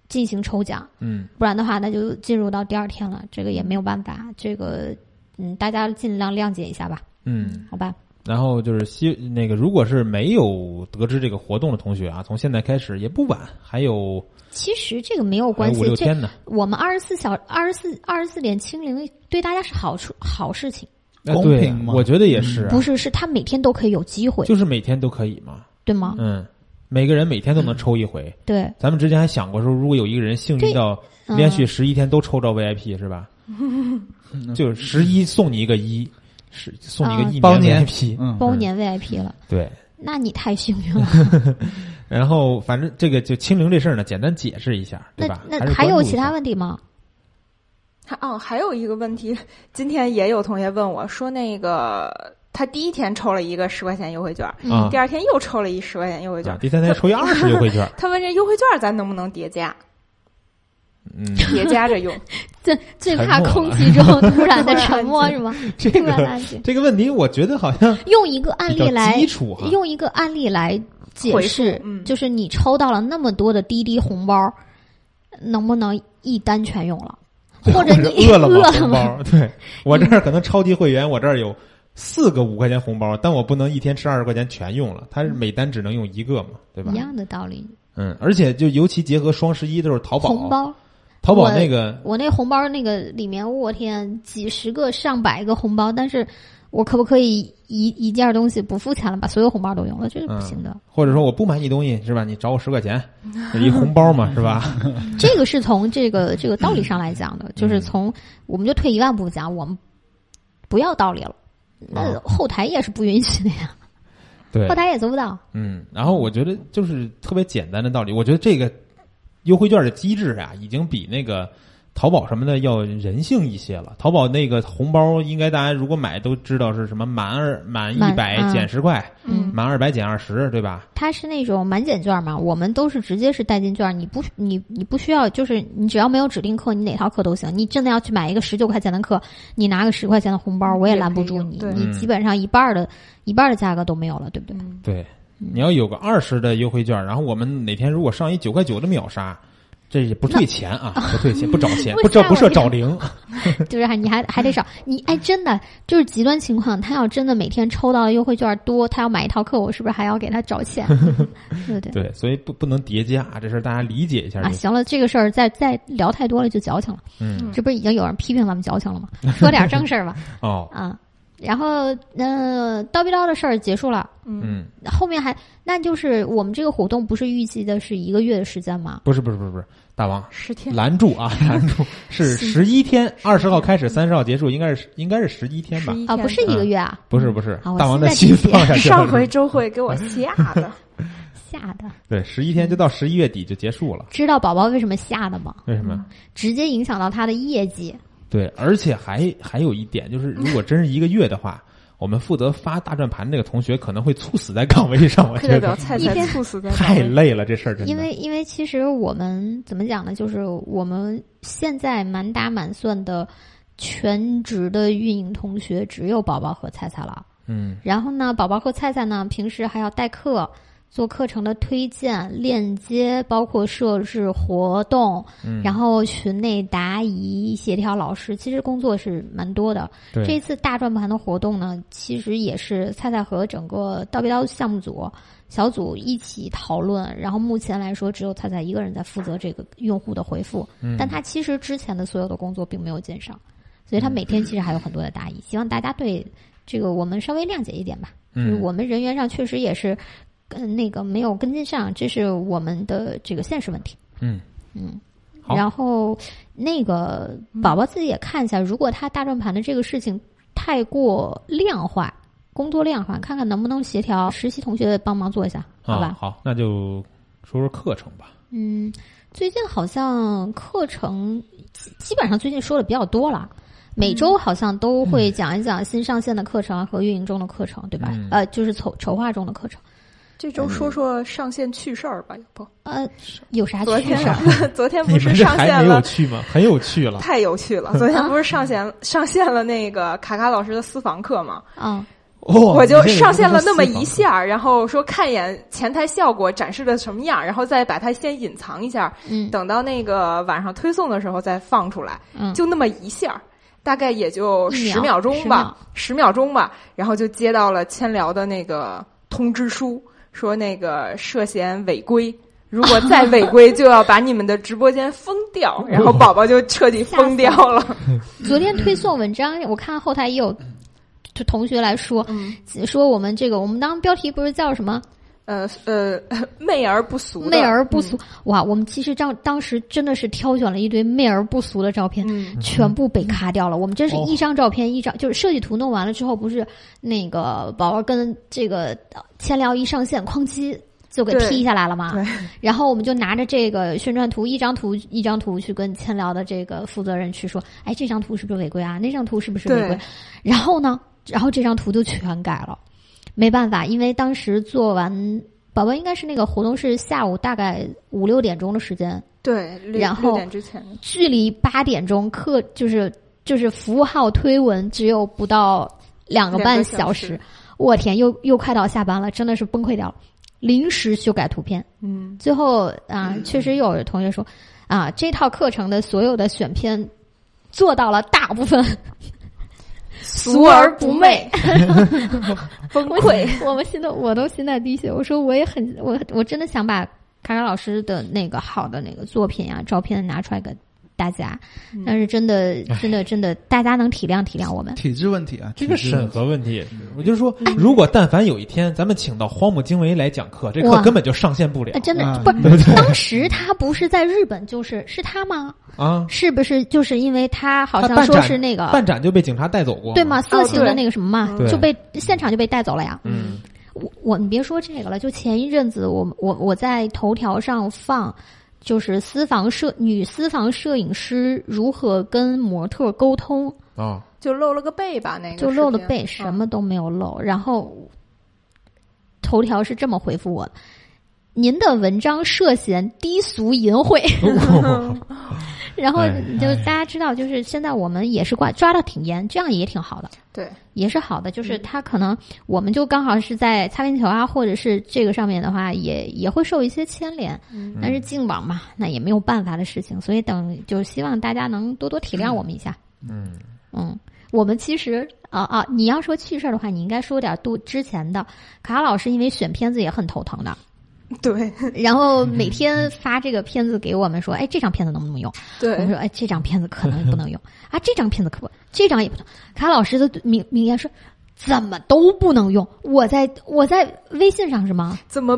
Speaker 4: 进行抽奖。
Speaker 1: 嗯
Speaker 4: 不然的话，那就进入到第二天了，这个也没有办法。这个，嗯，大家尽量谅解一下吧，
Speaker 1: 嗯。
Speaker 4: 好吧？
Speaker 1: 然后就是希那个，如果是没有得知这个活动的同学啊，从现在开始也不晚，还有
Speaker 4: 其实这个没有
Speaker 1: 还有
Speaker 4: 关
Speaker 1: 哎五
Speaker 4: 系，
Speaker 1: 六
Speaker 4: 这
Speaker 1: 天呢。
Speaker 4: 我们二十四小二十四二十四点清零对大家是好处好事情，
Speaker 1: 哎
Speaker 2: 公
Speaker 1: 对
Speaker 2: 平吗
Speaker 1: 我觉得也是啊，
Speaker 4: 嗯不是是他每天都可以有机会，
Speaker 1: 就是每天都可以嘛。
Speaker 4: 对吗？
Speaker 1: 嗯，每个人每天都能抽一回。
Speaker 4: 对，
Speaker 1: 咱们之前还想过说，如果有一个人幸运到
Speaker 4: 嗯
Speaker 1: 连续十一天都抽着 VIP 是吧？
Speaker 4: 嗯
Speaker 1: 就是十一送你一个一，是送你一个
Speaker 4: 啊
Speaker 1: 一
Speaker 2: 嗯包
Speaker 1: 年
Speaker 2: 年
Speaker 1: VIP。
Speaker 2: 嗯
Speaker 4: 包年 VIP 了，
Speaker 1: 对，
Speaker 4: 那你太幸运
Speaker 1: 嗯
Speaker 4: 了。
Speaker 1: 然后反正这个就清零这事儿呢，简单解释一下，
Speaker 4: 那
Speaker 1: 对吧？
Speaker 4: 那
Speaker 1: 是
Speaker 4: 还
Speaker 1: 关注
Speaker 4: 有
Speaker 1: 一
Speaker 4: 其
Speaker 1: 下
Speaker 4: 他问题吗？
Speaker 3: 还哦，还有一个问题， *laughs* 今天也有同学问我说，那个他第一天抽了一个十块钱优惠券，
Speaker 4: 嗯
Speaker 1: 啊
Speaker 3: 第二天又抽了一十块钱优惠券
Speaker 1: 啊，，第三天抽一二十优惠券，
Speaker 3: 他问这优惠券咱能不能叠加，
Speaker 4: *laughs*
Speaker 1: 嗯，
Speaker 3: 叠加着用？
Speaker 4: 最最
Speaker 1: 沉
Speaker 4: 怕
Speaker 1: 默啊
Speaker 4: 空
Speaker 1: 了
Speaker 4: 气
Speaker 1: *laughs*
Speaker 4: 中突然的沉默是吗？
Speaker 1: 这
Speaker 4: 突然
Speaker 1: 个
Speaker 4: 安静。
Speaker 1: 这个问题，我觉得好像
Speaker 4: 用一个案
Speaker 1: 比
Speaker 4: 例
Speaker 1: 较
Speaker 4: 来
Speaker 1: 基础哈。
Speaker 4: 用一个案例来解
Speaker 3: 回复
Speaker 4: 释，
Speaker 3: 嗯
Speaker 4: 就是你抽到了那么多的滴滴红包，能不能一单全用了？或者你
Speaker 1: 饿了吗？
Speaker 4: 饿了
Speaker 1: 红
Speaker 4: *laughs* 吗
Speaker 1: 包，对我这儿可能超级会员，我这儿有四个五块钱红包，但我不能一天吃二十块钱全用了，它是每单只能用一个嘛，对吧
Speaker 4: 嗯一？样的道理，
Speaker 1: 嗯，而且就尤其结合双十一的时候，淘宝，
Speaker 4: 红包，
Speaker 1: 淘宝
Speaker 4: 我
Speaker 1: 那个，
Speaker 4: 我那红包那个里面，我天，几十个、上百个红包，但是我可不可以一一件东西不付钱了，把所有红包都用了？这是不行的。
Speaker 1: 或者说我不买你东西是吧？你找我十块
Speaker 4: *laughs*
Speaker 1: 钱，一红包嘛是吧？
Speaker 4: 这个是从这个这个道理上
Speaker 1: 嗯
Speaker 4: 来讲的，就是从我们就退一万步讲，我们不要道理了。那
Speaker 1: 啊
Speaker 4: 后台也是不允许的呀，
Speaker 1: 对
Speaker 4: 后，台也做不到。
Speaker 1: 嗯，然后我觉得就是特别简单的道理，我觉得这个优惠券的机制啊，已经比那个淘宝什么的要人性一些了。淘宝那个红包，应该大家如果买都知道是什么满二满一
Speaker 4: 满
Speaker 1: 百
Speaker 4: 啊
Speaker 1: 减十块，
Speaker 4: 嗯
Speaker 1: 满二百减二十，对吧？
Speaker 4: 它是那种满减券嘛，我们都是直接是代金券，你不你你不需要，就是你只要没有指定课，你哪套课都行。你真的要去买一个十九块钱的课，你拿个十块钱的红包，我也拦不住你
Speaker 3: 也可以，用
Speaker 1: 对
Speaker 4: 你基本上一半儿的一半儿的价格都没有了，对不对？
Speaker 3: 嗯，
Speaker 1: 对，你要有个二十的优惠券，然后我们哪天如果上一九块九的秒杀。这也不退钱啊，不退 *laughs* 钱，不找钱，
Speaker 4: 为
Speaker 1: 不这
Speaker 4: 啥
Speaker 1: 不设
Speaker 4: 我
Speaker 1: 找零，
Speaker 4: 就是还你还还 *laughs* 得少，你哎真的就是极端情况，他要真的每天抽到的优惠券多，他要买一套课，我是不是还要给他找 *laughs* 钱？对不
Speaker 1: *laughs*
Speaker 4: 对？
Speaker 1: 对，所以不不能叠加，这事儿大家理解一下
Speaker 4: 啊，
Speaker 1: 就行。
Speaker 4: 行了，这个事儿再再聊太多了就矫情了，
Speaker 1: 嗯，
Speaker 4: 这不是已经有人批评咱们矫情了吗？说点正事儿吧。
Speaker 1: 哦，
Speaker 4: 啊，然后呃，叨逼叨的事儿结束了，
Speaker 1: 嗯，
Speaker 4: 后面还那就是我们这个活动不是预计的是一个月的时间吗？
Speaker 1: 不是不是不是不是，大王，
Speaker 3: 十天，
Speaker 1: 拦住啊，拦住！是十一天，二十号开始，三十号结束，应该是应该是十一天吧？
Speaker 3: 11
Speaker 4: 啊，不
Speaker 3: *laughs*
Speaker 4: 是一个月啊，
Speaker 1: 不是不是，
Speaker 4: 啊我
Speaker 1: 大王的
Speaker 4: 现在
Speaker 1: 心
Speaker 4: 理
Speaker 1: *laughs*
Speaker 4: 解
Speaker 1: 放下去了。
Speaker 3: 上回周会给我吓的，
Speaker 4: 吓的。
Speaker 1: *laughs* 对，十一天就到十一月底就结束了。
Speaker 4: 知道宝宝为什么吓的吗？
Speaker 1: 为什么？
Speaker 4: 直接影响到他的业绩。
Speaker 1: 对，而且还还有一点就是，如果真是一个月的话，我们负责发大转盘那个同学可能会猝死在岗位上，我
Speaker 3: 课
Speaker 1: 觉
Speaker 3: 代表
Speaker 1: 得
Speaker 3: 菜
Speaker 4: 一
Speaker 3: 菜
Speaker 4: 天
Speaker 3: 猝死在岗
Speaker 1: 太
Speaker 3: 位
Speaker 1: 累了，这事儿真的。
Speaker 4: 因为因为其实我们怎么讲呢？就是我们现在满打满算的全职的运营同学只有宝宝和菜菜了。
Speaker 1: 嗯，
Speaker 4: 然后呢，宝宝和菜菜呢，平时还要代课、做课程的推荐、链接，包括设置活动，
Speaker 1: 嗯
Speaker 4: 然后群内答疑、协调老师，其实工作是蛮多的。
Speaker 1: 对
Speaker 4: 这次大转盘的活动呢，其实也是菜菜和整个刀逼刀项目组小组一起讨论，然后目前来说只有菜菜一个人在负责这个用户的回复，
Speaker 1: 嗯
Speaker 4: 但他其实之前的所有的工作并没有减少，所以他每天其实还有很多的答疑，希望大家对这个我们稍微谅解一点吧。就是
Speaker 1: 嗯
Speaker 4: 我们人员上确实也是跟那个没有跟进上，这是我们的这个现实问题。
Speaker 1: 嗯好
Speaker 4: 然后那个宝宝自己也看一下，如果他大转盘的这个事情太过量化，工作量化，看看能不能协调实习同学帮忙做一下，好
Speaker 1: 啊
Speaker 4: 吧？
Speaker 1: 好，那就说说课程吧。
Speaker 4: 嗯，最近好像课程基基本上最近说的比较多了。每周好像都会讲一讲新上线的课程啊和运营中的课程，对吧？
Speaker 1: 嗯
Speaker 4: 呃，就是筹筹划中的课程。
Speaker 3: 这周说说上线趣事儿吧，要不？
Speaker 4: 呃，有啥
Speaker 3: 昨
Speaker 4: 趣
Speaker 3: 天
Speaker 4: 事儿？
Speaker 3: *laughs* 昨天
Speaker 1: 你
Speaker 3: 不
Speaker 1: 们
Speaker 3: 是
Speaker 1: 这
Speaker 3: 上
Speaker 1: 还
Speaker 3: 线
Speaker 1: 没有
Speaker 3: 了？
Speaker 1: 趣吗？很有趣了。
Speaker 3: 太有趣了！昨天不是上线上线了那个卡卡老师的私房课吗？
Speaker 4: 啊，
Speaker 1: 哦
Speaker 3: 我就
Speaker 1: 你这个
Speaker 3: 上线
Speaker 1: 真的
Speaker 3: 了那么
Speaker 1: 私房
Speaker 3: 一下儿，然后说看一眼前台效果展示的什么样儿，然后再把它先隐藏一下儿，
Speaker 4: 嗯
Speaker 3: 等到那个晚上推送的时候再放出来。
Speaker 4: 嗯，
Speaker 3: 就那么一下儿，大概也就
Speaker 4: 一秒
Speaker 3: 十秒钟吧，十秒钟吧，然后就接到了千聊的那个通知书，说那个涉嫌违规。如果再违规，就要把你们的直播间封
Speaker 4: *laughs*
Speaker 3: 掉，然后宝宝就彻底封掉了。
Speaker 4: 昨天推送文章，我看后台也有就同学来说，
Speaker 3: 嗯，
Speaker 4: 说我们这个我们当标题不是叫什么
Speaker 3: 呃呃，媚而
Speaker 4: “
Speaker 3: 不俗的，嗯
Speaker 4: 媚而不俗”哇，我们其实当当时真的是挑选了一堆媚而不俗的照片。
Speaker 3: 嗯。嗯
Speaker 4: 全部被咔掉了，我们真是
Speaker 1: 哦
Speaker 4: 一张照片一张，就是设计图弄完了之后，不是那个宝宝跟这个呃千聊一上线，哐叽就给
Speaker 3: 对
Speaker 4: P 下来了嘛
Speaker 3: 对。
Speaker 4: 然后我们就拿着这个宣传图一张图一张图去跟千聊的这个负责人去说，哎，这张图是不是违规啊？那张图是不是违规
Speaker 3: 对？
Speaker 4: 然后呢，然后这张图就全改了，没办法，因为当时做完。宝宝应该是那个活动是下午大概五六点钟的时间，
Speaker 3: 对，六
Speaker 4: 然后
Speaker 3: 六点之前，
Speaker 4: 距离八点钟课就是就是服务号推文只有不到两个半小
Speaker 3: 两个小时
Speaker 4: 我天，又又快到下班了，真的是崩溃掉了。临时修改图片，
Speaker 3: 嗯，
Speaker 4: 最后啊，确实有同学说啊，这套课程的所有的选片做到了大部分
Speaker 3: 俗
Speaker 4: 而不
Speaker 3: 媚， *laughs*
Speaker 4: *laughs*
Speaker 3: 崩
Speaker 4: 我
Speaker 3: 溃。
Speaker 4: 我们心都我都心在滴血。我说我也很我我真的想把卡卡老师的那个好的那个作品啊、照片拿出来给大家，
Speaker 3: 嗯
Speaker 4: 但是真的
Speaker 1: 唉
Speaker 4: 真的真的，大家能体谅体谅我们。
Speaker 2: 体制问题啊，
Speaker 1: 这个
Speaker 2: 体制问
Speaker 1: 审
Speaker 2: *laughs* 题
Speaker 1: 核问题也是，我就说，如果但凡有一天咱们请到荒木经惟来讲课，这课
Speaker 4: 哇
Speaker 1: 根本就上线不了
Speaker 4: 啊，真的
Speaker 2: 啊
Speaker 4: 不是，当时他不是在日本，就是是他吗？
Speaker 1: 啊！
Speaker 4: 是不是就是因为他好
Speaker 1: 他
Speaker 4: 像
Speaker 1: 办
Speaker 4: 说
Speaker 1: 展
Speaker 4: 是那个
Speaker 1: 办展就被警察带走过，
Speaker 4: 啊
Speaker 1: 哦
Speaker 4: 对吗？？色情的
Speaker 3: 对
Speaker 4: 那个什么嘛，
Speaker 1: 对
Speaker 4: 就被现场就被带走了呀。
Speaker 1: 嗯
Speaker 4: 我我你别说这个了，就前一阵子我我我在头条上放，就是私房摄女私房摄影师如何跟模特沟通，
Speaker 3: *laughs*
Speaker 1: 啊，
Speaker 3: 就露了个背吧，那个
Speaker 4: 就露了
Speaker 3: 视频啊
Speaker 4: 背，什么都没有露。然后头条是这么回复我的：您的文章涉嫌低俗淫秽。
Speaker 1: 哦
Speaker 4: 然后
Speaker 1: 哎
Speaker 4: 你就大家知道，就是现在我们也是抓抓的挺严，这样也挺好的，
Speaker 3: 嗯对，
Speaker 4: 也是好的。就是
Speaker 3: 嗯
Speaker 4: 他可能我们就刚好是在擦边球啊，或者是这个上面的话，也也会受一些牵连。
Speaker 3: 嗯
Speaker 4: 但是净网嘛，那也没有办法的事情，所以等就希望大家能多多体谅我们一下。
Speaker 1: 嗯，
Speaker 4: 嗯，我们其实啊啊，你要说趣事儿的话，你应该说点儿都之前的卡老师，因为选片子也很头疼的，
Speaker 3: 对
Speaker 4: 然后每天发这个片子给我们说，哎，这张片子能不能用？我们
Speaker 3: 对
Speaker 4: 说，哎，这张片子可
Speaker 3: *laughs*
Speaker 4: 能不能用啊，这张片子可不，这张也不能。卡老师的名名言是。怎么都不能用，我在我在微信上是吗？
Speaker 3: 怎么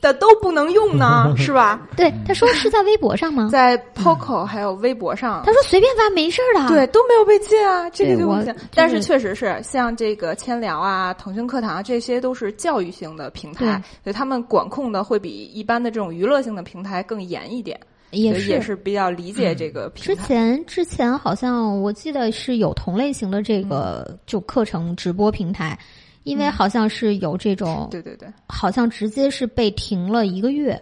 Speaker 3: 的都不能
Speaker 4: *laughs*
Speaker 3: 用呢，是吧？
Speaker 4: 对，他说是在微博上吗？
Speaker 3: 嗯 *laughs* 在 POCO 还有微博
Speaker 4: 嗯
Speaker 3: 上
Speaker 4: 他，说随便发没事儿的。
Speaker 3: 对，都没有被禁啊，这个
Speaker 4: 对
Speaker 3: 就不
Speaker 4: 我
Speaker 3: 行
Speaker 4: 就是。
Speaker 3: 但是确实是像这个千聊啊、腾讯课堂啊，这些都是教育性的平台，所以他们管控的会比一般的这种娱乐性的平台更严一点，
Speaker 4: 也
Speaker 3: 所以
Speaker 4: 是嗯
Speaker 3: 也是比较理解这个
Speaker 4: 之
Speaker 3: 平台。
Speaker 4: 前之前好像我记得是有同类型的
Speaker 3: 嗯
Speaker 4: 这个就课程直播平台，因为好像是有这种，
Speaker 3: 对对对，
Speaker 4: 好像直接是被停了一个月，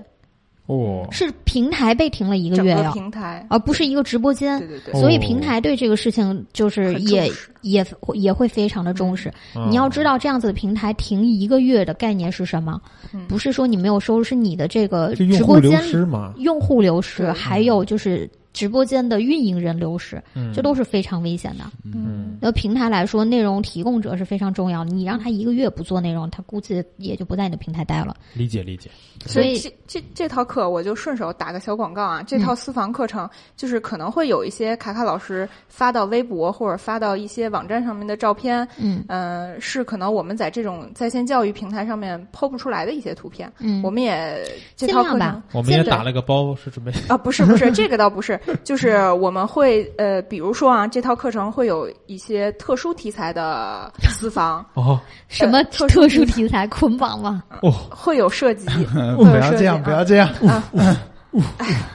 Speaker 1: 哦，
Speaker 4: 是平台被停了一个
Speaker 3: 整
Speaker 4: 月
Speaker 3: 个
Speaker 4: 呀，嗯
Speaker 3: 平台，
Speaker 4: 而不是一个直播间
Speaker 3: 对。对对
Speaker 1: 哦，
Speaker 4: 所以平台对这个事情就是
Speaker 3: 很重
Speaker 4: 也
Speaker 3: 视
Speaker 4: 也也会非常的重视。
Speaker 1: 啊嗯
Speaker 4: 你要知道，这样子的平台停一个月的概念是什么？
Speaker 3: 嗯
Speaker 4: 不是说你没有收入，是你的这个
Speaker 1: 这用
Speaker 4: 直
Speaker 1: 户
Speaker 4: 播
Speaker 1: 流
Speaker 4: 间
Speaker 1: 失嘛，
Speaker 4: 用户流失，
Speaker 3: 对
Speaker 4: 还有就是直播间的运营人流失，
Speaker 1: 嗯
Speaker 4: 这都是非常危险的。
Speaker 1: 嗯
Speaker 4: 那平台来说，内容提供者是非常重要的。你让他一个月不做内容，他估计也就不在你的平台待了。
Speaker 1: 理解理解，
Speaker 4: 所
Speaker 3: 所
Speaker 4: 以嗯
Speaker 3: 以这这这套课我就顺手打个小广告啊，这套私房课程就是可能会有一些卡卡老师发到微博或者发到一些网站上面的照片，
Speaker 4: 嗯
Speaker 3: 呃，是可能我们在这种在线教育平台上面剖不出来的一些图片。
Speaker 4: 嗯，
Speaker 3: 我们也这
Speaker 4: 尽
Speaker 3: 套
Speaker 4: 量
Speaker 3: 课
Speaker 4: 吧
Speaker 3: 程。
Speaker 1: 我们也
Speaker 4: 现在
Speaker 1: 打了个包，是准备 *laughs*
Speaker 3: 啊，不是不是，这个倒不是， *laughs* 就是我们会呃，比如说啊，这套课程会有一些特殊题材的私房，
Speaker 1: 哦
Speaker 4: 什么
Speaker 3: 呃特
Speaker 4: 特殊题材捆绑吗？
Speaker 1: 哦，
Speaker 3: 会有涉及，
Speaker 2: 不
Speaker 3: 会有
Speaker 2: 要
Speaker 3: 涉
Speaker 2: 这
Speaker 3: 及
Speaker 2: 样，
Speaker 3: 啊
Speaker 2: 不要这样。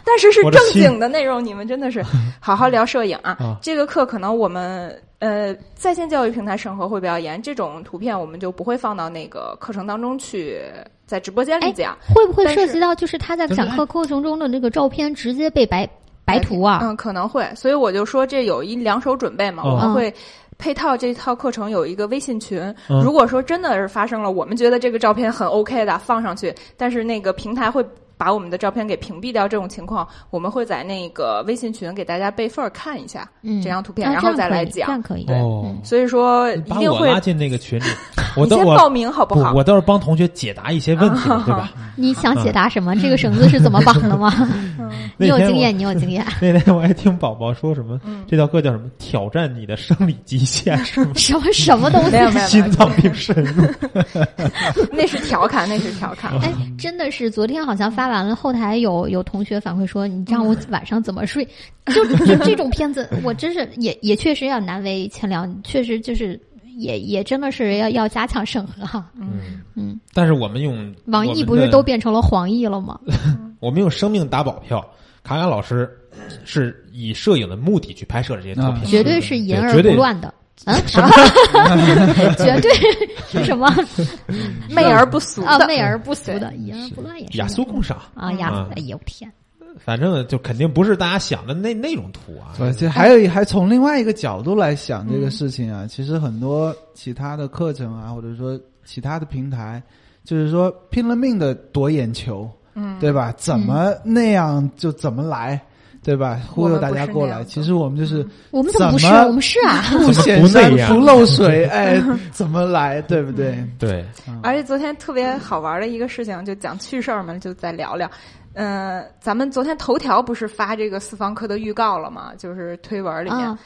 Speaker 3: 但是是
Speaker 1: 我的
Speaker 3: 正
Speaker 1: 心
Speaker 3: 经的内容，你们真
Speaker 1: *laughs*
Speaker 3: 的是好好聊摄影啊！
Speaker 1: 啊
Speaker 3: 这个课可能我们呃在线教育平台审核会比较严，这种图片我们就不会放到那个课程当中去，在直播间
Speaker 1: 哎
Speaker 3: 里讲。
Speaker 4: 会不会
Speaker 3: 但
Speaker 4: 涉
Speaker 3: 是
Speaker 4: 及到就是他在
Speaker 2: 就是
Speaker 4: 讲课过程中的那个照片直接被白白涂啊？
Speaker 3: 嗯，可能会，所以我就说这有一两手准备嘛，
Speaker 1: 哦
Speaker 3: 我们会。配套这套课程有一个微信群，
Speaker 1: 嗯
Speaker 3: 如果说真的是发生了，我们觉得这个照片很 OK 的放上去，但是那个平台会把我们的照片给屏蔽掉，这种情况我们会在那个微信群给大家备份儿看一下，
Speaker 4: 嗯，
Speaker 3: 这张图片，
Speaker 4: 啊
Speaker 3: 然
Speaker 4: 这
Speaker 3: 后
Speaker 4: 样
Speaker 3: 再
Speaker 4: 可
Speaker 3: 来
Speaker 4: 以
Speaker 3: 讲嗯
Speaker 4: 这。样可以。
Speaker 1: 哦，
Speaker 3: 所以说一
Speaker 1: 把
Speaker 3: 定
Speaker 1: 我
Speaker 3: 会，
Speaker 1: 拉进那个群里，我
Speaker 3: 你
Speaker 1: 都
Speaker 3: 先
Speaker 1: 我
Speaker 3: 报名好不好？
Speaker 1: 我倒是帮同学解答一些问题，对吧？
Speaker 4: 你想解答什
Speaker 3: 嗯
Speaker 4: 么？这个绳子是怎么绑的
Speaker 3: *laughs*
Speaker 4: 吗？你有
Speaker 1: 那天
Speaker 4: 经
Speaker 1: 我
Speaker 4: 验，你有经
Speaker 1: *laughs*
Speaker 4: 验。
Speaker 1: 那天我还听宝宝说什么，
Speaker 3: 嗯
Speaker 1: 这道课叫什么？挑战你的生理极限，是吗？
Speaker 4: 什么什么东
Speaker 1: *laughs*
Speaker 4: 西
Speaker 3: 没？有没有，
Speaker 1: 心脏病深入，
Speaker 3: 那是调侃，那是调侃。
Speaker 4: 哎，真的是，昨天好像发完了，后台有有同学反馈说，你让我晚上怎么睡？就就这种片
Speaker 1: *laughs*
Speaker 4: 子，我真是也也确实要难为千聊，确实就是也也真的是要要加强审核哈。
Speaker 1: 嗯
Speaker 4: 嗯，
Speaker 1: 但是我们用
Speaker 4: 网易不
Speaker 1: 我
Speaker 4: 是
Speaker 1: 们的
Speaker 4: 都变成了黄奕了吗？
Speaker 1: 我们用生命打保票。卡卡老师是以摄影的目的去拍摄这些照片，
Speaker 2: 嗯
Speaker 4: 绝对是掩耳
Speaker 1: 绝
Speaker 4: 不
Speaker 1: 对 *laughs*
Speaker 4: 乱的。嗯， *laughs* 绝对是
Speaker 3: *laughs*
Speaker 4: 什么
Speaker 1: 嗯
Speaker 3: 媚而不俗
Speaker 4: 啊？
Speaker 3: 的，
Speaker 4: 媚而不俗的，掩耳不乱也是
Speaker 1: 雅
Speaker 4: 的
Speaker 1: 俗共赏。
Speaker 4: 啊，雅
Speaker 1: 啊
Speaker 4: 俗。哎呦天，
Speaker 1: 反正就肯定不是大家想的那那种图啊。
Speaker 2: 对，
Speaker 3: 哎
Speaker 2: 这还有一还从另外一个角度来想
Speaker 3: 嗯
Speaker 2: 这个事情啊，其实很多其他的课程啊，或者说其他的平台，就是说拼了命的夺眼球，
Speaker 3: 嗯，
Speaker 2: 对吧？怎么那样就怎么来，对吧？忽悠大家过
Speaker 3: 我们不是那样嗯
Speaker 2: 来。
Speaker 3: 的
Speaker 2: 其实我们就是
Speaker 4: 我们怎么不是？
Speaker 2: 怎么
Speaker 4: 我们是
Speaker 3: *laughs*
Speaker 4: 啊，
Speaker 2: 不显
Speaker 1: *laughs* 怎么
Speaker 2: 山
Speaker 1: 不那样
Speaker 2: 不漏
Speaker 1: *laughs*
Speaker 2: 水，哎，怎么来，对不对？
Speaker 3: 哎
Speaker 1: 对，
Speaker 3: 而且昨天特别好玩的一个事情，就讲趣事儿嘛，就再聊聊。嗯，咱们昨天头条不是发这个私房课的预告了吗？就是推文里面
Speaker 4: 啊，，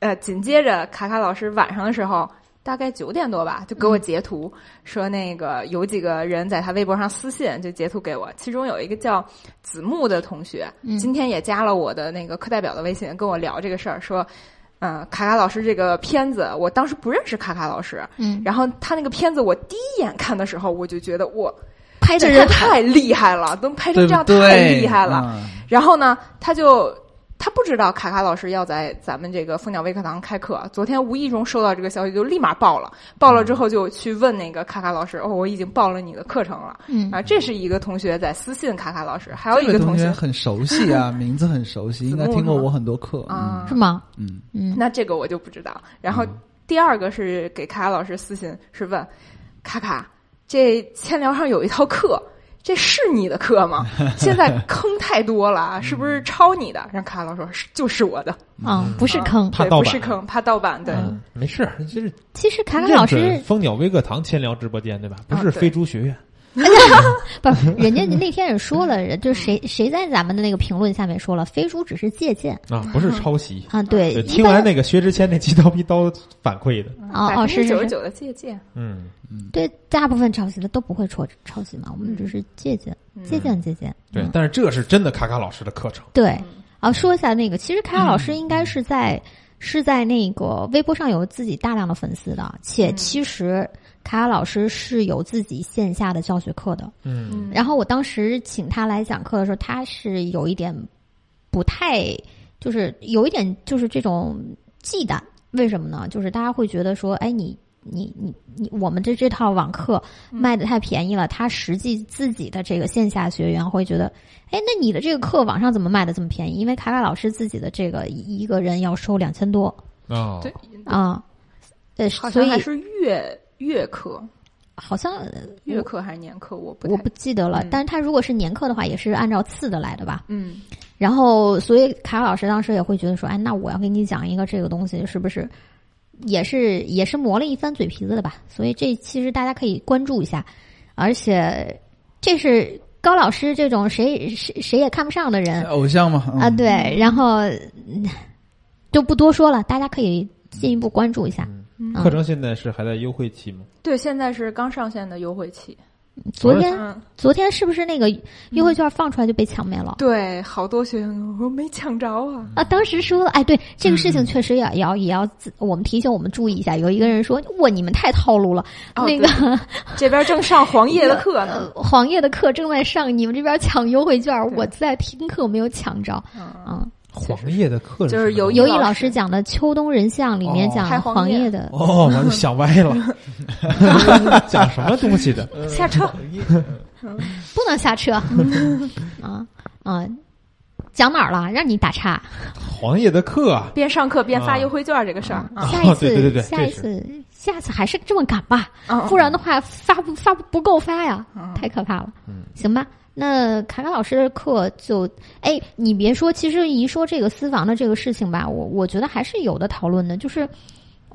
Speaker 3: 呃，紧接着卡卡老师晚上的时候。大概九点多吧，就给我截图、
Speaker 4: 嗯
Speaker 3: 说那个有几个人在他微博上私信，就截图给我。其中有一个叫子木的同学，
Speaker 4: 嗯
Speaker 3: 今天也加了我的那个课代表的微信，跟我聊这个事儿，说，嗯、卡卡老师这个片子，我当时不认识卡卡老师，
Speaker 4: 嗯，
Speaker 3: 然后他那个片子，我第一眼看的时候，我就觉得哇，
Speaker 4: 拍的
Speaker 3: 这
Speaker 4: 人
Speaker 3: 人太厉害了，能拍成
Speaker 2: 对
Speaker 3: 这
Speaker 2: 不
Speaker 3: 样
Speaker 2: 对？
Speaker 3: 太厉害了。
Speaker 2: 嗯
Speaker 3: 然后呢，他就他不知道卡卡老师要在咱们这个蜂鸟微课堂开课，昨天无意中收到这个消息，就立马报了。报了之后就去问那个卡卡老师，哦，我已经报了你的课程了。
Speaker 4: 嗯
Speaker 3: 啊，这是一个同学在私信卡卡老师，还有一
Speaker 2: 这个
Speaker 3: 同
Speaker 2: 同
Speaker 3: 学
Speaker 2: 学很熟悉
Speaker 3: *laughs*
Speaker 2: 啊，名字很熟悉，应该听过我很多课。
Speaker 3: 啊
Speaker 2: 嗯，
Speaker 4: 是吗？
Speaker 2: 嗯，
Speaker 4: 嗯，
Speaker 3: *laughs* 那这个我就不知道。然后第二个是给卡卡老师私信，是问卡卡，这千聊上有一套课，这是你的课
Speaker 4: *laughs*
Speaker 3: 吗？现在坑太多了
Speaker 4: 嗯
Speaker 3: 啊，是不是抄你的？让卡卡老师说，是就是我的，
Speaker 4: 啊，不是
Speaker 3: 啊
Speaker 4: 坑。
Speaker 1: 怕
Speaker 3: 对
Speaker 1: 盗
Speaker 3: 不
Speaker 1: 版
Speaker 3: 是坑，怕盗版，对。
Speaker 1: 嗯，没事儿，这是
Speaker 4: 其实卡卡老
Speaker 1: 认准
Speaker 4: 师
Speaker 1: 蜂鸟微课堂千聊直播间对吧？不
Speaker 3: 啊
Speaker 1: 是
Speaker 3: 对
Speaker 1: 飞猪学院，
Speaker 4: 不，
Speaker 1: *laughs*
Speaker 4: 人家那天也说了，人就
Speaker 3: 嗯
Speaker 4: 谁谁在咱们的那个评论下面说了，飞书只是借鉴
Speaker 1: 啊，不是抄袭。
Speaker 4: 啊，对，
Speaker 1: 对
Speaker 4: 一
Speaker 1: 听
Speaker 4: 般
Speaker 1: 完那个薛之谦那鸡刀逼刀反馈的，
Speaker 4: 哦
Speaker 3: 百
Speaker 4: 哦
Speaker 3: 分
Speaker 4: 是是
Speaker 3: 之九十
Speaker 4: 是，
Speaker 3: 九的借鉴，
Speaker 1: 嗯，
Speaker 4: 对，大部分抄袭的都不会抄抄袭嘛，我们只是借鉴
Speaker 3: 嗯
Speaker 4: 借鉴借鉴，
Speaker 1: 对
Speaker 4: 嗯。
Speaker 1: 但是这是真的卡卡老师的课程，
Speaker 3: 嗯
Speaker 4: 对，啊，说一下那个，其实凯尔老师应该是在、是在那个微博上有自己大量的粉丝的，且
Speaker 3: 嗯
Speaker 4: 其实凯尔老师是有自己线下的教学课的。
Speaker 1: 嗯
Speaker 4: 然后我当时请他来讲课的时候，他是有一点不太，就是有一点就是这种忌惮。为什么呢？就是大家会觉得说，哎，你你你你，我们这这套网课
Speaker 3: 嗯
Speaker 4: 卖的太便宜了。他实际自己的这个线下学员会觉得，哎，那你的这个课网上怎么卖的这么便宜？因为卡卡老师自己的这个一一个人要收两千多
Speaker 1: 啊，
Speaker 3: 对，
Speaker 4: 啊，呃，
Speaker 3: 嗯好
Speaker 4: 所
Speaker 3: 像
Speaker 4: 以
Speaker 3: 还是月月课，
Speaker 4: 好像呃
Speaker 3: 月课还是年课，我不
Speaker 4: 我
Speaker 3: 太
Speaker 4: 不记得了
Speaker 3: 嗯。
Speaker 4: 但是他如果是年课的话，也是按照次的来的吧？
Speaker 3: 嗯
Speaker 4: 然后，所以卡老师当时也会觉得说，哎，那我要给你讲一个这个东西，是不是也是也是磨了一番嘴皮子的吧？所以这其实大家可以关注一下，而且这是高老师这种谁谁谁也看不上的
Speaker 1: 哎
Speaker 4: 人
Speaker 2: 偶像嘛、嗯
Speaker 4: 啊，对，然后嗯就不多说了，大家可以进一步关注一下。
Speaker 3: 嗯
Speaker 4: 啊
Speaker 1: 课程现在是还在优惠期吗？
Speaker 3: 对，现在是刚上线的优惠期，
Speaker 4: 昨天
Speaker 3: 嗯，
Speaker 4: 昨天是不是那个优惠券放出来就被抢没了？
Speaker 3: 对，好多学员跟我说没抢着啊， *laughs*
Speaker 4: 啊，当时说了，哎，对这个事情确实也也要也要自我们提醒我们注意一下。有一个人说，哇，你们太套路了，
Speaker 3: 哦
Speaker 4: 那个、
Speaker 3: 这边正上黄页的课呢，
Speaker 4: *laughs* 呃黄页的课正在上，你们这边抢优惠券，
Speaker 3: 对
Speaker 4: 我在听课没有抢着
Speaker 3: 嗯，
Speaker 4: 啊。
Speaker 1: 黄叶的课
Speaker 3: 就
Speaker 1: 什么
Speaker 3: 是有
Speaker 1: 东西
Speaker 4: 尤
Speaker 3: 有
Speaker 4: 毅
Speaker 3: 老
Speaker 4: 老
Speaker 3: 师
Speaker 4: 师讲的《秋冬人像》里面
Speaker 2: 哦
Speaker 4: 讲
Speaker 3: 拍黄
Speaker 4: 黄
Speaker 3: 页
Speaker 4: 页的，
Speaker 1: 哦，完了想歪了， *laughs* 讲什么东西的？
Speaker 4: 嗯
Speaker 3: 下车，
Speaker 4: 不能下车啊啊！讲哪儿了？让你打岔。
Speaker 1: 黄叶的课啊，
Speaker 3: 边上课边发
Speaker 4: 嗯
Speaker 1: 啊
Speaker 3: 优惠券这个事儿啊，
Speaker 4: 下一次，
Speaker 1: 对对对对
Speaker 4: 下一
Speaker 1: 这是
Speaker 4: 次，下次还是这么赶吧，
Speaker 3: 嗯
Speaker 4: 不然的话发不发不够发呀，
Speaker 3: 嗯
Speaker 4: 太可怕了。
Speaker 1: 嗯
Speaker 4: 行吧，那卡卡老师的课就，哎，你别说，其实一说这个私房的这个事情吧，我我觉得还是有的讨论的，就是。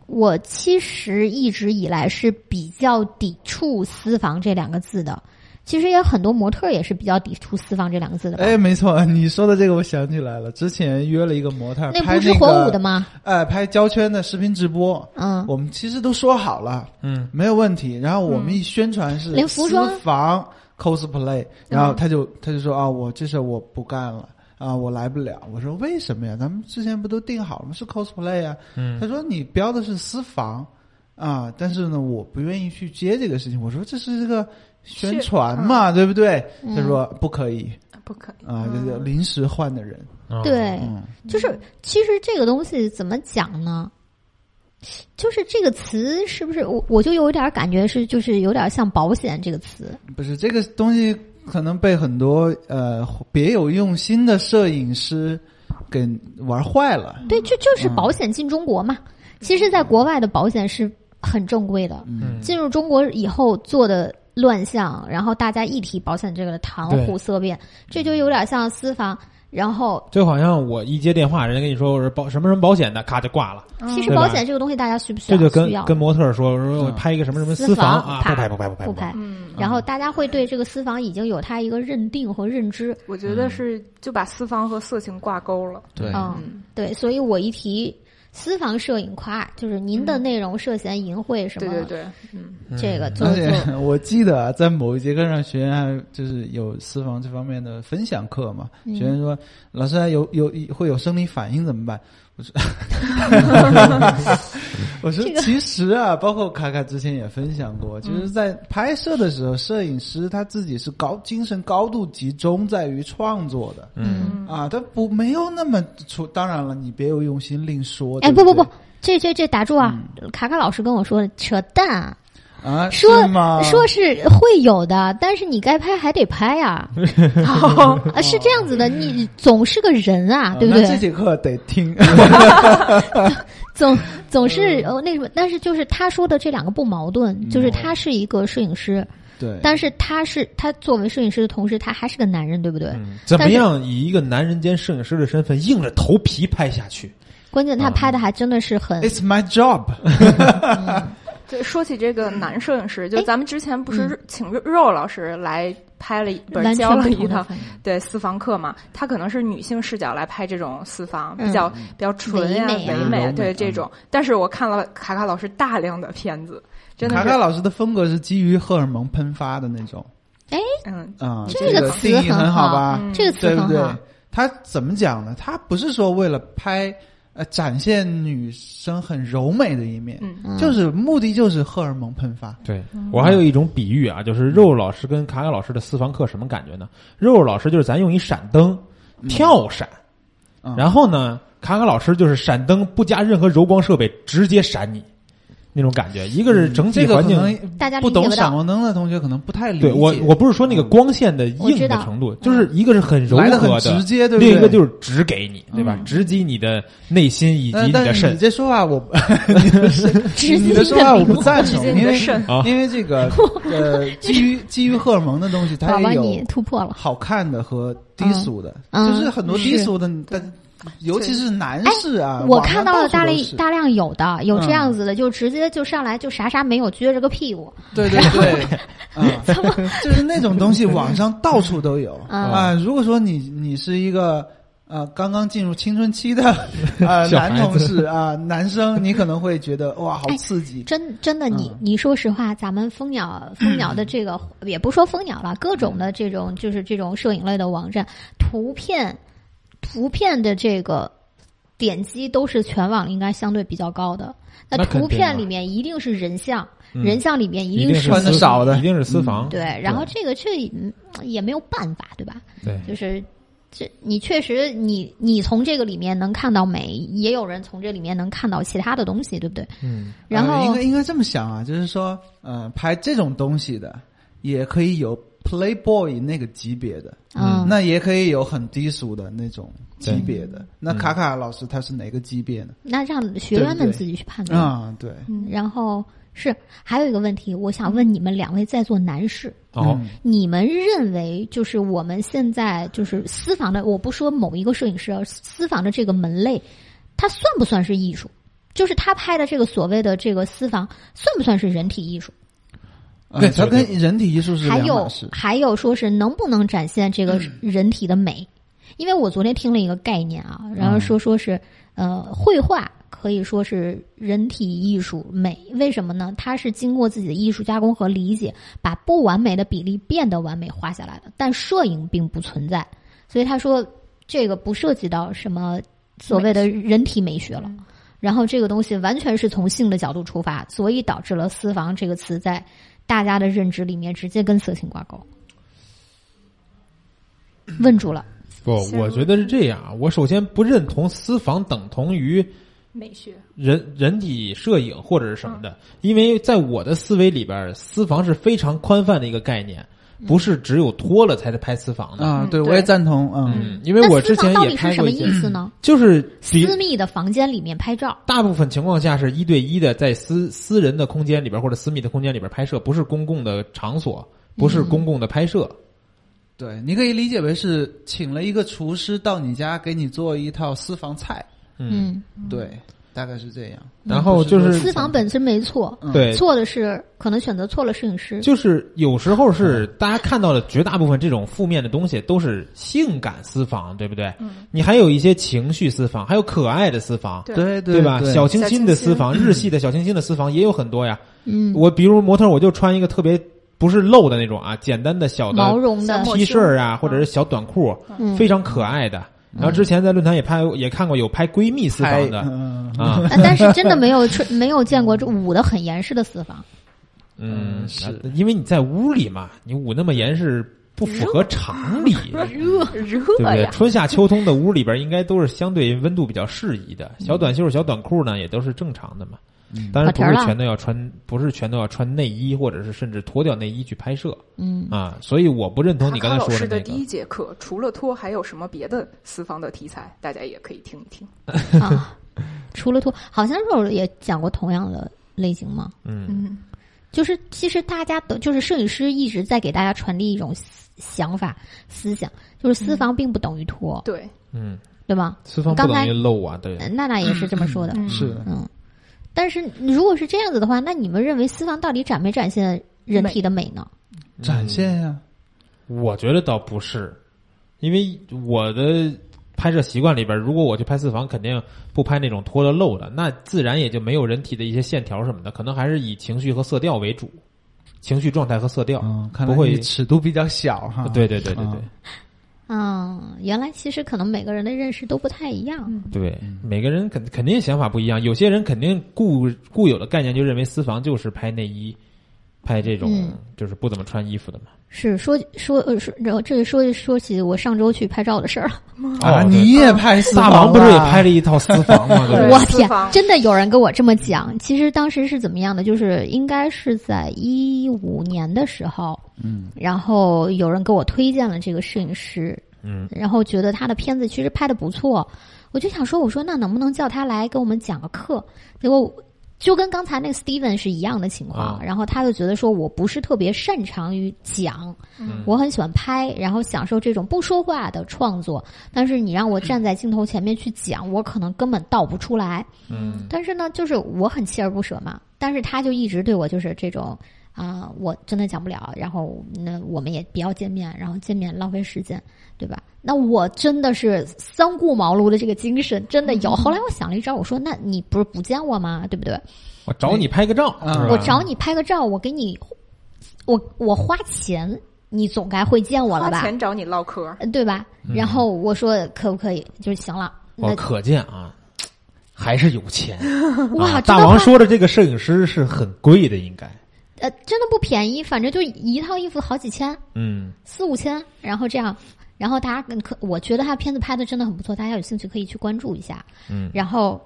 Speaker 4: 我其实一直以来是比较抵触“私房”这两个字的，其实也很多模特儿也是比较抵触“私房”这两个字的吧。
Speaker 2: 哎，没错，你说的这个我想起来了，之前约了一个模特儿
Speaker 4: 那
Speaker 2: 拍
Speaker 4: 不是
Speaker 2: 个
Speaker 4: 火舞的吗？
Speaker 2: 哎，拍胶圈的视频直播，
Speaker 4: 嗯，
Speaker 2: 我们其实都说好了，
Speaker 1: 嗯，
Speaker 2: 没有问题。然后我们一宣传是
Speaker 4: 嗯连服装嗯
Speaker 2: 私房 cosplay，然后他就他就说啊，我这事儿我不干了。啊，我来不了。我说为什么呀？咱们之前不都定好了吗？是 cosplay 啊。
Speaker 1: 嗯
Speaker 2: 他说你标的是私房，啊，但是呢，我不愿意去接这个事情。我说这是这个宣传嘛，对不对？
Speaker 4: 嗯
Speaker 2: 他说不可以
Speaker 3: 不可以
Speaker 2: 啊，这个临时换的人。
Speaker 1: 啊
Speaker 4: 对，
Speaker 2: 嗯，
Speaker 4: 就是其实这个东西怎么讲呢？就是这个词是不是我我就有点儿感觉是就是有点儿像保险这个词，
Speaker 2: 不是这个东西可能被很多呃别有用心的摄影师给玩坏了。
Speaker 4: 对，这就是保险进中国嘛。其实，在国外的保险是很正规的，
Speaker 1: 嗯，
Speaker 4: 进入中国以后做的乱象，然后大家一提保险这个谈
Speaker 1: 对
Speaker 4: 虎色变，这就有点像私房。然后，
Speaker 1: 就好像我一接电话，人家跟你说我是保什么什么保险的，咔就挂了。
Speaker 4: 其
Speaker 1: 对
Speaker 4: 实
Speaker 1: 吧
Speaker 4: 保险这个东西大家需不需
Speaker 1: 嗯这
Speaker 4: 要？
Speaker 1: 就
Speaker 4: 需
Speaker 1: 跟
Speaker 4: 要嗯
Speaker 1: 跟模特儿说说我拍一个什么什么
Speaker 4: 私
Speaker 1: 房
Speaker 4: 房
Speaker 1: 啊，
Speaker 4: 啪
Speaker 1: 不拍不拍不拍
Speaker 4: 不
Speaker 1: 拍
Speaker 4: 拍。
Speaker 3: 嗯，
Speaker 4: 然后大家会对这个私房已经有他一个认定和认知，
Speaker 3: 我觉得是就把私房和色情挂钩了，
Speaker 2: 对
Speaker 4: 嗯，对，所以我一提私房摄影，夸就是您的内容涉嫌淫秽什
Speaker 3: 嗯对
Speaker 4: 么，
Speaker 3: 对对，嗯，
Speaker 4: 这个就
Speaker 2: 而 *laughs*
Speaker 4: 就
Speaker 2: 且我记得啊在某一节课上，学员还就是有私房这方面的分享课嘛，
Speaker 4: 嗯
Speaker 2: 学员说老师啊有有会有生理反应怎么办？
Speaker 4: *laughs*
Speaker 2: *laughs* 我说我
Speaker 4: 这个嗯
Speaker 2: 说其实啊，包括卡卡之前也分享过，其实，在拍摄的时候，摄影师他自己是高精神高度集中在于创作的，
Speaker 4: 嗯，
Speaker 2: 啊，他不没有那么出。当然了，你别有用心另说。
Speaker 4: 哎，
Speaker 2: 对
Speaker 4: 不
Speaker 2: 不
Speaker 4: 不不，这这这打住啊！卡卡老师跟我说的，扯淡，
Speaker 2: 不，啊，
Speaker 4: 说
Speaker 2: 是吗？
Speaker 4: 说是会有的，但是你该拍还得
Speaker 2: *laughs*
Speaker 4: 拍呀、 *laughs*
Speaker 3: 好，
Speaker 4: 啊，是这样子的，你总是个人啊，对不
Speaker 2: 那这
Speaker 4: 对？
Speaker 2: 节课得
Speaker 4: *laughs*
Speaker 2: 听。
Speaker 4: 总
Speaker 2: *laughs*
Speaker 4: 总是
Speaker 2: 嗯
Speaker 4: 呃那什么，但是就是他说的这两个不矛盾，就是他是一个摄影师，
Speaker 2: 对，
Speaker 4: 但是他是他作为摄影师的同时，他还是个男人，对不对？
Speaker 1: 嗯怎么样以一个男人兼摄影师的身份，硬着头皮拍下去？
Speaker 3: 嗯
Speaker 2: 哎
Speaker 4: 关键他拍的还真的是很
Speaker 2: It's my job，
Speaker 3: 对，说起这个男摄影师，就
Speaker 4: 哎
Speaker 3: 咱们之前不是请肉肉老师来拍了一，不是
Speaker 4: 完全
Speaker 3: 教了
Speaker 4: 不
Speaker 3: 一
Speaker 4: 同的
Speaker 3: 堂
Speaker 4: 反应。
Speaker 3: 对私房课嘛，他可能是女性视角来拍这种私房，比
Speaker 4: 嗯
Speaker 3: 较比较纯呀、
Speaker 4: 唯美
Speaker 3: 唯
Speaker 4: 啊
Speaker 3: 美
Speaker 5: 柔
Speaker 3: 啊，
Speaker 5: 美
Speaker 3: 对
Speaker 5: 嗯
Speaker 3: 这种。但是我看了卡卡老师大量的片子，真的
Speaker 2: 卡
Speaker 3: 是
Speaker 2: 卡，老师的风格是基于荷尔蒙喷发的那种
Speaker 3: 嗯，
Speaker 2: 啊，
Speaker 4: 这
Speaker 2: 个
Speaker 4: 个词
Speaker 2: 定义
Speaker 4: 很
Speaker 2: 好
Speaker 4: 好
Speaker 2: 吧？
Speaker 3: 嗯
Speaker 4: 这个词
Speaker 2: 对不
Speaker 4: 很
Speaker 2: 对
Speaker 4: 好，？
Speaker 2: 他怎么讲呢？他不是说为了拍呃展现女生很柔美的一面，
Speaker 3: 嗯
Speaker 4: 嗯
Speaker 2: 就是目的就是荷尔蒙喷发。
Speaker 1: 对我还有一种比喻啊，就是肉肉老师跟卡卡老师的私房课什么感觉呢？肉肉老师就是咱用一闪灯跳闪，
Speaker 2: 嗯
Speaker 1: 然后呢，卡卡老师就是闪灯不加任何柔光设备直接闪你，那种感觉。一个是嗯整体
Speaker 2: 这个
Speaker 1: 环
Speaker 2: 可
Speaker 1: 境，
Speaker 2: 能
Speaker 4: 大家理
Speaker 2: 不
Speaker 4: 解
Speaker 2: 懂
Speaker 4: 不
Speaker 2: 闪
Speaker 4: 到。
Speaker 2: 光灯的同学可能不太理解。
Speaker 1: 对
Speaker 2: 嗯
Speaker 1: 我我不是说那个光线的
Speaker 4: 我
Speaker 1: 硬
Speaker 4: 知
Speaker 1: 的
Speaker 4: 道嗯
Speaker 1: 程度，就是一个是很柔
Speaker 2: 来的
Speaker 1: 和
Speaker 2: 很
Speaker 1: 的，
Speaker 2: 直接，对不对？
Speaker 1: 另一个就是直给你，对吧
Speaker 4: 嗯？
Speaker 1: 直击你的内心以及
Speaker 2: 但
Speaker 1: 你
Speaker 2: 嗯但
Speaker 1: 的
Speaker 2: 是你
Speaker 1: 肾。
Speaker 2: 这说法我， *laughs* 你的是
Speaker 4: 直
Speaker 2: 你
Speaker 4: 击
Speaker 2: 的说法我
Speaker 4: 灵
Speaker 2: 不赞
Speaker 3: 直
Speaker 2: 成，
Speaker 3: 接你
Speaker 2: 因
Speaker 3: 的
Speaker 2: 为
Speaker 3: 肾
Speaker 1: 啊
Speaker 2: 因为这
Speaker 4: *laughs*
Speaker 2: 个呃，基于基于荷尔蒙的东西，它
Speaker 4: 宝宝，
Speaker 2: 也
Speaker 4: 你
Speaker 2: 有
Speaker 4: 突破了。
Speaker 2: 好看的和低俗的，
Speaker 4: 嗯
Speaker 2: 就是很多低俗的，但尤其是男士啊，
Speaker 4: 我
Speaker 2: 网上
Speaker 4: 看到
Speaker 2: 到处
Speaker 4: 了大
Speaker 2: 都
Speaker 4: 量
Speaker 2: 是
Speaker 4: 大量有的，有这
Speaker 2: 嗯
Speaker 4: 样子的，就直接就上来就啥啥没有，撅着个屁股，
Speaker 2: 对
Speaker 4: *laughs*
Speaker 2: 对对，啊，就是那种东西，网上到处都有
Speaker 4: *laughs* 嗯
Speaker 2: 啊。如果说你你是一个呃刚刚进入青春期的
Speaker 1: *laughs*
Speaker 2: 呃
Speaker 1: 小孩
Speaker 2: 男
Speaker 1: 子
Speaker 2: 同事啊男生，你可能会觉得哇好刺激，
Speaker 4: 真真的你、
Speaker 2: 嗯
Speaker 4: 你说实话，咱们蜂鸟蜂鸟的这个、也不说蜂鸟了，各种的这种就是这种摄影类的网站，图片图片的这个点击都是全网应该相对比较高的。那
Speaker 1: 那肯定
Speaker 4: 图片
Speaker 1: 啊
Speaker 4: 里面一定是人像，
Speaker 1: 嗯
Speaker 4: 人像里面
Speaker 1: 一
Speaker 4: 定
Speaker 1: 定
Speaker 4: 是
Speaker 1: 是
Speaker 2: 穿得
Speaker 1: 私
Speaker 2: 少的
Speaker 1: 一定是私房。
Speaker 4: 对，然后这个这嗯也没有办法，对吧？
Speaker 1: 对，
Speaker 4: 就是这你确实你你从这个里面能看到美，也有人从这里面能看到其他的东西，对不对？
Speaker 1: 嗯，
Speaker 4: 然
Speaker 2: 呃
Speaker 4: 后
Speaker 2: 应该应该这么想啊，就是说，呃，拍这种东西的也可以有 Playboy 那个级别的，
Speaker 4: 嗯，
Speaker 2: 那也可以有很低俗的那种级别的。
Speaker 1: 嗯
Speaker 2: 那卡卡老师他是哪个级别呢？
Speaker 4: 那让学
Speaker 2: 对
Speaker 4: 员们
Speaker 2: 对
Speaker 4: 自己去判断。
Speaker 2: 啊，对，
Speaker 4: 嗯然后是还有一个问题，我想问你们两位在座男士，
Speaker 1: 哦，
Speaker 2: 嗯
Speaker 4: 你们认为就是我们现在就是私房的，我不说某一个摄影师，啊，私房的这个门类，它算不算是艺术？就是他拍的这个所谓的这个私房，算不算是人体艺术？
Speaker 2: 呃
Speaker 1: 对
Speaker 2: 它跟人体艺术是
Speaker 4: 还
Speaker 2: 两
Speaker 4: 有
Speaker 2: 码事。嗯
Speaker 4: 还有说是能不能展现这个人体的美？因为我昨天听了一个概念啊，然
Speaker 2: 嗯
Speaker 4: 后说说是呃，绘画可以说是人体艺术美，为什么呢？它是经过自己的艺术加工和理解，把不完美的比例变得完美画下来的。但摄影并不存在，所以他说这个不涉及到什么所谓的人体美学
Speaker 3: 嗯
Speaker 4: 了。然后这个东西完全是从性的角度出发，所以导致了“私房”这个词在大家的认知里面直接跟色情挂钩。
Speaker 1: 嗯
Speaker 4: 问住了，
Speaker 1: 不，我觉得是这样啊。我首先不认同私房等同于
Speaker 3: 美学，
Speaker 1: 人人体摄影或者是什么的，
Speaker 4: 嗯
Speaker 1: 因为在我的思维里边，私房是非常宽泛的一个概念，不是只有脱了才是拍私房的。
Speaker 2: 啊，对，
Speaker 3: 嗯
Speaker 2: 我也赞同。嗯，
Speaker 1: 嗯，因为
Speaker 4: 那
Speaker 1: 我
Speaker 4: 私
Speaker 1: 之
Speaker 4: 房
Speaker 1: 前
Speaker 4: 到
Speaker 1: 也
Speaker 4: 底
Speaker 1: 拍
Speaker 4: 是什
Speaker 1: 过
Speaker 4: 么
Speaker 1: 一
Speaker 4: 意
Speaker 1: 些，
Speaker 4: 思呢？
Speaker 1: 就是比
Speaker 4: 私密的房间里面拍照，
Speaker 1: 大部分情况下是一对一的，在私私人的空间里边或者私密的空间里边拍摄，不是公共的场所，不
Speaker 4: 嗯
Speaker 1: 是公共的拍摄。
Speaker 2: 对，你可以理解为是请了一个厨师到你家给你做一套私房菜，
Speaker 1: 嗯，
Speaker 4: 嗯，
Speaker 2: 对，大概是这样。
Speaker 1: 然后就是
Speaker 2: 嗯
Speaker 4: 私房本身没错，
Speaker 2: 嗯
Speaker 1: 对，
Speaker 4: 错的是可能选择错了摄影师。
Speaker 1: 就是有时候是大家看到的绝大部分这种负面的东西都是性感私房，对不对？
Speaker 3: 嗯，
Speaker 1: 你还有一些情绪私房，还有可爱的私房，
Speaker 3: 对
Speaker 2: 对
Speaker 1: 对吧？
Speaker 2: 对
Speaker 1: 小清新的私房，日系的小清新的私房也有很多呀。
Speaker 4: 嗯，
Speaker 1: 我比如模特，我就穿一个特别不是露的那种啊，简单的小
Speaker 4: 毛
Speaker 1: 的
Speaker 4: 绒的
Speaker 3: 小墨
Speaker 1: T 恤儿啊，或者是小短裤，
Speaker 4: 嗯
Speaker 1: 非常可爱的。然后之前在论坛也拍，也看过有拍闺蜜私
Speaker 2: 拍
Speaker 1: 房的
Speaker 2: 嗯 *laughs*
Speaker 1: 啊，
Speaker 4: 啊但是真的没有穿没有见过这捂的很严实的私房，
Speaker 1: 嗯，
Speaker 2: 是
Speaker 1: 啊因为你在屋里嘛，你捂那么严是不符合常理，
Speaker 3: 热
Speaker 1: 对不
Speaker 3: 热
Speaker 1: 对？
Speaker 3: 呀，
Speaker 1: 春夏秋冬的屋里边应该都是相对温度比较适宜的，小短袖、小短裤呢也都是正常的嘛。当然不
Speaker 4: 嗯
Speaker 1: 是
Speaker 4: 跑题儿了
Speaker 1: 全都要穿，不是全都要穿内衣，或者是甚至脱掉内衣去拍摄
Speaker 4: 嗯，
Speaker 1: 啊。所以我不认同你刚
Speaker 3: 卡
Speaker 1: 才
Speaker 3: 卡老
Speaker 1: 说
Speaker 3: 师
Speaker 1: 那
Speaker 3: 的第
Speaker 1: 个。嗯
Speaker 3: 一节课，除了脱，还有什么别的私房的题材？大家也可以听一听。
Speaker 1: *laughs*
Speaker 4: 啊，除了脱，好像肉肉也讲过同样的类型吗？
Speaker 1: 嗯，
Speaker 3: 嗯，
Speaker 4: 就是其实大家都就是摄影师一直在给大家传递一种思想法、思想，就是
Speaker 3: 嗯
Speaker 4: 私房并不等于脱，
Speaker 3: 对，
Speaker 1: 嗯，
Speaker 4: 对吗？
Speaker 1: 私房不
Speaker 4: 刚才
Speaker 1: 等于露啊，对，
Speaker 4: 呃娜娜也是这么说的，
Speaker 3: 嗯
Speaker 2: 是的，
Speaker 4: 嗯，但是如果是这样子的话，那你们认为私房到底展没展现人体的美呢？
Speaker 2: 展现呀、
Speaker 1: 我觉得倒不是，因为我的拍摄习惯里边，如果我去拍私房，肯定不拍那种脱了露的，那自然也就没有人体的一些线条什么的，可能还是以情绪和色调为主，情绪状态和色调。
Speaker 2: 嗯，看来
Speaker 1: 不会
Speaker 2: 你尺度比较小哈。
Speaker 1: 对对对对对
Speaker 2: 啊
Speaker 4: 嗯，原来其实可能每个人的认识都不太一样。
Speaker 3: 嗯
Speaker 1: 对，每个人肯肯定想法不一样，有些人肯定固固有的概念就认为私房就是拍内衣，拍这种
Speaker 4: 嗯
Speaker 1: 就是不怎么穿衣服的嘛。
Speaker 4: 是说说呃说，然后这说说起我上周去拍照的事儿了。
Speaker 2: 啊，
Speaker 1: 哦对
Speaker 2: 你也拍啊私
Speaker 1: 大
Speaker 2: 房
Speaker 1: 王不是也
Speaker 2: 啦
Speaker 1: 拍了一套私
Speaker 2: *laughs*
Speaker 1: 房吗？对不对
Speaker 4: *laughs*
Speaker 3: 对
Speaker 4: 我
Speaker 3: 私
Speaker 4: 天
Speaker 3: 房，
Speaker 4: 真的有人跟我这么讲。其实当时是怎么样的？就是应该是在一五年的时候，
Speaker 2: 嗯，
Speaker 4: 然后有人给我推荐了这个摄影师，
Speaker 1: 嗯，
Speaker 4: 然后觉得他的片子其实拍的不错，我就想说，我说那能不能叫他来给我们讲个课？结果我就跟刚才那个 Steven 是一样的情况，
Speaker 1: 啊
Speaker 4: 然后他就觉得说我不是特别擅长于讲，
Speaker 1: 嗯
Speaker 4: 我很喜欢拍，然后享受这种不说话的创作，但是你让我站在镜头前面去讲，我可能根本倒不出来。
Speaker 1: 嗯
Speaker 4: 但是呢，就是我很锲而不舍嘛，但是他就一直对我就是这种啊、我真的讲不了，然后那我们也不要见面，然后见面浪费时间，对吧？那我真的是三顾茅庐的这个精神真的
Speaker 1: 嗯
Speaker 4: 有。后来我想了一招，我说那你不是不见我吗？对不对？
Speaker 1: 我找你拍个照，
Speaker 2: 嗯
Speaker 1: 是吧
Speaker 4: 我找你拍个照，我给你，我我花钱，你总该会见我了
Speaker 3: 花
Speaker 4: 吧？
Speaker 3: 钱找你唠嗑儿，
Speaker 4: 呃对吧？然后我说可不可以？就是行了。那
Speaker 1: 嗯我可见啊，还是有 *laughs* 钱。
Speaker 4: 哇，
Speaker 1: 啊
Speaker 4: 真
Speaker 1: 大
Speaker 4: 的
Speaker 1: 王
Speaker 4: 花
Speaker 1: 说的这个摄影师是很贵的，应该。
Speaker 4: 呃真的不便宜，反正就一套衣服好几千。
Speaker 1: 嗯，
Speaker 4: 四五千，然后这样，然后大家可我觉得他片子拍的真的很不错，大家有兴趣可以去关注一下。
Speaker 1: 嗯
Speaker 4: 然后，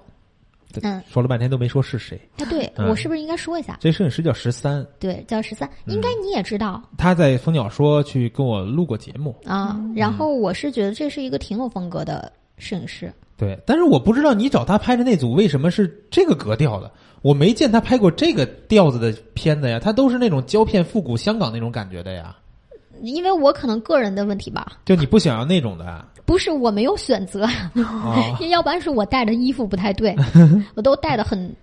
Speaker 4: 嗯，
Speaker 1: 说了半天都没说是谁。
Speaker 4: 哎，对
Speaker 1: 嗯
Speaker 4: 我是不是应该说一下？
Speaker 1: 这摄影师叫十三，
Speaker 4: 对，叫十三，
Speaker 1: 嗯
Speaker 4: 应该你也知道
Speaker 1: 他在蜂鸟说去跟我录过节目，
Speaker 4: 啊。然后我是觉得这是一个挺有风格的摄影师，
Speaker 1: 对，但是我不知道你找他拍的那组为什么是这个格调的，我没见他拍过这个调子的片子呀，他都是那种胶片复古香港那种感觉的呀，
Speaker 4: 因为我可能个人的问题吧，
Speaker 1: 就你不想要那种的啊、
Speaker 4: 不是我没有选择，
Speaker 1: 哦
Speaker 4: *laughs* 要不然是我带的衣服不太
Speaker 1: *laughs*
Speaker 4: 对，我都带的很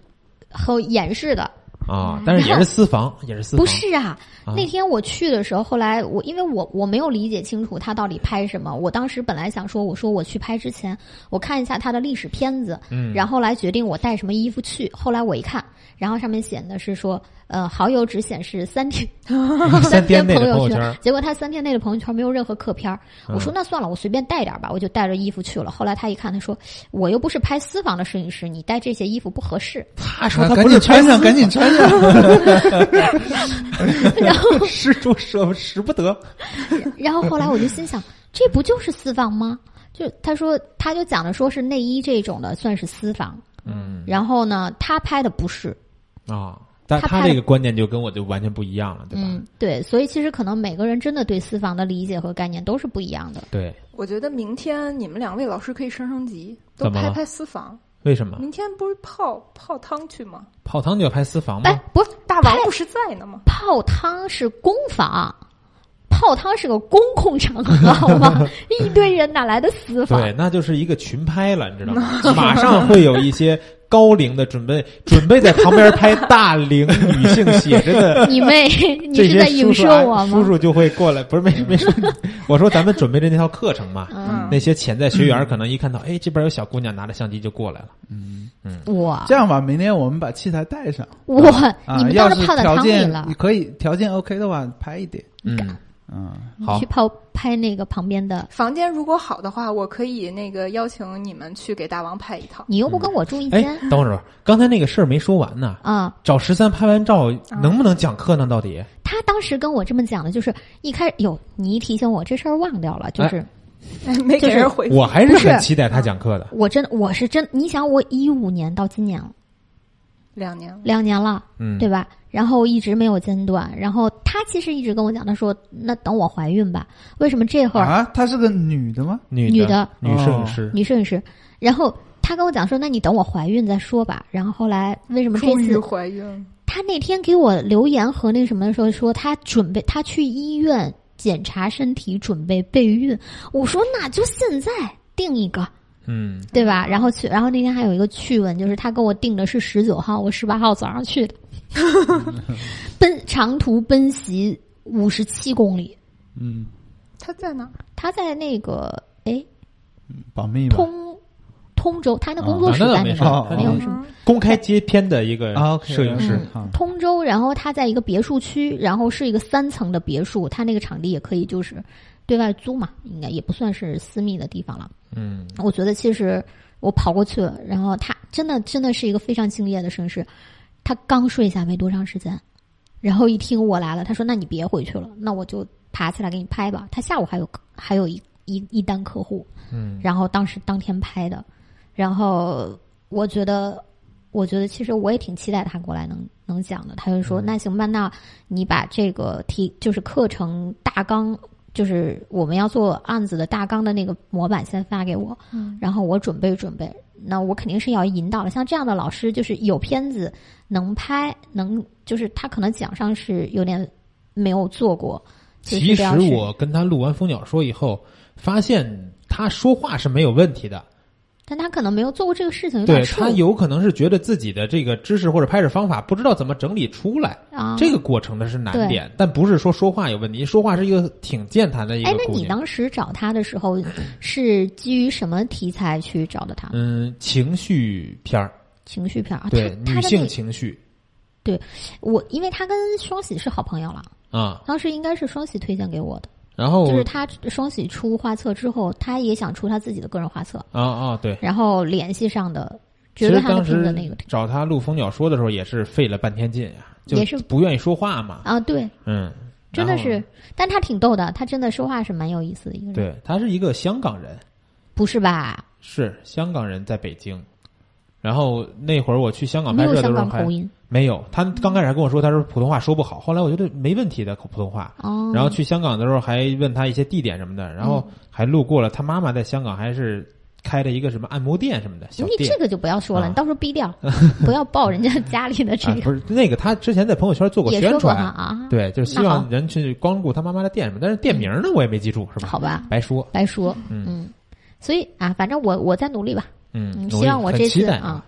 Speaker 4: 很严实的。
Speaker 1: 啊，但是也是私房，也是私房，
Speaker 4: 嗯不是啊，
Speaker 1: 啊
Speaker 4: 那天我去的时候，后来我因为我我没有理解清楚他到底拍什么，我当时本来想说，我说我去拍之前，我看一下他的历史片子，
Speaker 1: 嗯
Speaker 4: 然后来决定我带什么衣服去。后来我一看，然后上面写的是说，呃，好友只显示三
Speaker 1: *laughs*
Speaker 4: 天
Speaker 1: 三天内
Speaker 4: 朋
Speaker 1: 的朋
Speaker 4: 友
Speaker 1: 友
Speaker 4: *laughs*
Speaker 1: 圈，嗯
Speaker 4: 结果他三天内的朋友圈没有任何客片儿。我说那算了，我随便带点儿吧，我就带着衣服去了。后来他一看，他说我又不是拍私房的摄影师，你带这些衣服不合适。
Speaker 1: 他说他
Speaker 2: 啊赶
Speaker 1: 不是
Speaker 2: 紧穿上，赶紧穿
Speaker 1: *laughs*
Speaker 2: 上。
Speaker 4: 然后
Speaker 1: 施主舍使不得，
Speaker 4: 然后后来我就心想， *laughs* 这不就是私房吗？就他说，他就讲的说是内衣这种的算是私房，
Speaker 1: 嗯
Speaker 4: 然后呢，他拍的不是，
Speaker 1: 啊，但
Speaker 4: 他
Speaker 1: 他
Speaker 4: 拍
Speaker 1: 这个观念就跟我就完全不一样了，对吧？
Speaker 4: 嗯，对，所以其实可能每个人真的对私房的理解和概念都是不一样的。
Speaker 1: 对，
Speaker 3: 我觉得明天你们两位老师可以升升级，都
Speaker 1: 怎么
Speaker 3: 拍
Speaker 1: 了啊
Speaker 3: 拍私房。
Speaker 1: 为什么
Speaker 3: 明天不是泡泡汤去吗？
Speaker 1: 泡汤就要拍私房吗？
Speaker 4: 哎，不是
Speaker 3: 大王不是在呢吗？
Speaker 4: 泡汤是公房，泡汤是个公共场合，好
Speaker 1: *laughs*
Speaker 4: 吗？一堆人哪来的私房？ *laughs*
Speaker 1: 对，那就是一个群拍了，你知道吗？ *laughs* 马上会有一些高龄的准
Speaker 4: *laughs*
Speaker 1: 备准备在旁边拍大龄女性写着的 *laughs*
Speaker 4: 你妹， *laughs* 你
Speaker 1: 这
Speaker 4: 是
Speaker 1: 些
Speaker 4: 在
Speaker 1: 叔
Speaker 4: 影
Speaker 1: 叔
Speaker 4: 射
Speaker 1: 啊、
Speaker 4: 我
Speaker 1: 叔
Speaker 4: 吗？
Speaker 1: 叔就会过来，不
Speaker 4: *laughs*
Speaker 1: 是没没说你，我说咱们准备的那套课程嘛，
Speaker 4: 嗯，
Speaker 1: 那些潜在学员可能一看到，哎，这边有小姑娘拿着相机就过来了，
Speaker 4: 嗯我
Speaker 2: 这样吧，明天我们把器材带上
Speaker 4: 我，
Speaker 2: 啊
Speaker 4: 你，们
Speaker 2: 要
Speaker 4: 倒
Speaker 2: 是
Speaker 4: 是泡在
Speaker 2: 条
Speaker 4: 汤里
Speaker 2: 件
Speaker 4: 了
Speaker 2: 你，可以条件 OK 的话拍一点，
Speaker 1: 嗯，
Speaker 2: 嗯，
Speaker 4: 你
Speaker 1: 好
Speaker 4: 去泡拍那个旁边的，
Speaker 3: 房间如果好的话，我可以那个邀请你们去给大王拍一套。 *laughs*
Speaker 4: 你又不跟我住一
Speaker 1: 哎
Speaker 4: 间，
Speaker 1: 等会儿吧，刚才那个事儿没说完呢，
Speaker 4: 啊、
Speaker 1: 找十三拍完照能不能讲课呢？到底？
Speaker 4: 他当时跟我这么讲的，就是一开始有你一提醒我这事儿忘掉了，
Speaker 1: 哎
Speaker 4: 就是、
Speaker 3: 没给
Speaker 4: 就是
Speaker 3: 人回复。
Speaker 1: 我还是
Speaker 4: 不是
Speaker 1: 很期待他讲课的，
Speaker 4: 我真我是真，你想我一五年到今年了
Speaker 3: 两年了，
Speaker 4: 两年了，
Speaker 1: 嗯，
Speaker 4: 对吧？然后一直没有间断，然后他其实一直跟我讲，他说那等我怀孕吧，为什么这会儿、
Speaker 2: 啊，她是个女的吗？
Speaker 1: 女
Speaker 4: 女
Speaker 1: 的
Speaker 4: 的哦
Speaker 1: 女摄影师，
Speaker 4: 女摄影师，然后他跟我讲说，那你等我怀孕再说吧。然后后来为什么这
Speaker 3: 终于
Speaker 4: 次
Speaker 3: 怀孕了。
Speaker 4: 他那天给我留言和那什么的时候说，他准备他去医院检查身体，准备备孕。我说那就现在定一个，
Speaker 1: 嗯
Speaker 4: 对吧？然后去，然后那天还有一个趣闻，就是他跟我定的是十九号，我十八号早上
Speaker 1: *laughs*
Speaker 4: 去的，奔长途奔袭五十七公里。
Speaker 2: 嗯，
Speaker 3: 他在哪儿？
Speaker 4: 他在那个哎
Speaker 2: 保密嘛。
Speaker 4: 通通州，他的工作
Speaker 1: 啊
Speaker 4: 室
Speaker 1: 那倒
Speaker 4: 在
Speaker 1: 没
Speaker 4: 那
Speaker 1: 事
Speaker 4: 个、
Speaker 1: 儿，
Speaker 2: 哦
Speaker 1: 没有
Speaker 4: 有
Speaker 1: 事
Speaker 4: 什
Speaker 1: 儿
Speaker 4: 么
Speaker 3: 嗯
Speaker 1: 公开接片的一个
Speaker 4: 哦
Speaker 2: 啊，OK，
Speaker 1: 摄影师
Speaker 2: 嗯，好，
Speaker 4: 通州，然后他在一个别墅区，然后是一个三层的别墅，他那个场地也可以就是对外租嘛，应该也不算是私密的地方了。
Speaker 1: 嗯
Speaker 4: 我觉得其实我跑过去了，然后他真的真的是一个非常敬业的绅士，他刚睡下没多长时间，然后一听我来了，他说：“那你别回去了，那我就爬起来给你拍吧。”他下午还有还有一一一单客户，
Speaker 1: 嗯
Speaker 4: 然后当时当天拍的，然后我觉得。我觉得其实我也挺期待他过来能能讲的。他就说：“那行吧，那你把这个题就是课程大纲，就是我们要做案子的大纲的那个模板先发给我，
Speaker 3: 嗯
Speaker 4: 然后我准备准备，那我肯定是要引导的。像这样的老师，就是有片子能拍，能就是他可能奖上是有点没有做过。就是
Speaker 1: 其实
Speaker 4: 要去
Speaker 1: 我跟他录完《蜂鸟说》以后，发现他说话是没有问题的，
Speaker 4: 但他可能没有做过这个事情，有点
Speaker 1: 对
Speaker 4: 怵
Speaker 1: 他有可能是觉得自己的这个知识或者拍摄方法不知道怎么整理出来，
Speaker 4: 啊。
Speaker 1: 这个过程呢是难点，但不是说说话有问题，说话是一个挺健谈的一个
Speaker 4: 哎，那
Speaker 1: 姑
Speaker 4: 你
Speaker 1: 娘。
Speaker 4: 当时找他的时
Speaker 1: *clears throat*
Speaker 4: 候，是基于什么题材去找的他？
Speaker 1: 嗯，情绪片儿，
Speaker 4: 情绪片儿啊，
Speaker 1: 对
Speaker 4: 他
Speaker 1: 女
Speaker 4: 他的
Speaker 1: 性
Speaker 4: 那
Speaker 1: 情绪
Speaker 4: 我，因为他跟双喜是好朋友了，
Speaker 1: 啊，
Speaker 4: 当时应该是双喜推荐给我的，
Speaker 1: 然后
Speaker 4: 就是他双喜出画册之后，他也想出他自己的个人画册，
Speaker 1: 啊啊，对，
Speaker 4: 然后联系上的，
Speaker 1: 其
Speaker 4: 觉
Speaker 1: 实
Speaker 4: 得他
Speaker 1: 当
Speaker 4: 们听的
Speaker 1: 时
Speaker 4: 那个
Speaker 1: 找他录《蜂鸟说》的时候也是费了半天劲啊，就
Speaker 4: 也是
Speaker 1: 不愿意说话嘛，
Speaker 4: 啊，对，
Speaker 1: 嗯，
Speaker 4: 真的
Speaker 1: 然后
Speaker 4: 是，但他挺逗的，他真的说话是蛮有意思的一个人，
Speaker 1: 对，他是一个香港人，
Speaker 4: 不是吧？
Speaker 1: 是香港人在北京。然后那会儿我去香港
Speaker 4: 没
Speaker 1: 拍
Speaker 4: 有
Speaker 1: 摄的
Speaker 4: 香
Speaker 1: 时候
Speaker 4: 港
Speaker 1: 还
Speaker 4: 口音
Speaker 1: 没有，他刚开始还跟我说他说普通话说不好，后来我觉得没问题的普通话。
Speaker 4: 哦，
Speaker 1: 然后去香港的时候还问他一些地点什么
Speaker 4: 嗯
Speaker 1: 的，然后还路过了他妈妈在香港还是开了一个什么按摩店什么的小
Speaker 4: 哦你
Speaker 1: 店
Speaker 4: 这。个就不要说了，
Speaker 1: 啊
Speaker 4: 你到时候
Speaker 1: *laughs*
Speaker 4: 逼掉，不要爆人家家里的这
Speaker 1: 啊，
Speaker 4: 个，
Speaker 1: 不是那个，他之前在朋友圈做过
Speaker 4: 也
Speaker 1: 宣
Speaker 4: 说过哈
Speaker 1: 传，
Speaker 4: 啊，，
Speaker 1: 对，就是希
Speaker 4: 那
Speaker 1: 望
Speaker 4: 好
Speaker 1: 人去光顾他妈妈的店什么，但是店名呢我也没记住，是吧？
Speaker 4: 好吧，
Speaker 1: 白说，
Speaker 4: 白说，
Speaker 1: 嗯
Speaker 4: 嗯，所以啊，反正我我再努力吧，
Speaker 1: 嗯，
Speaker 4: 嗯，
Speaker 1: 努
Speaker 4: 希
Speaker 1: 力
Speaker 4: 望我
Speaker 1: 很
Speaker 4: 这
Speaker 1: 期
Speaker 4: 次
Speaker 1: 待
Speaker 4: 啊，，嗯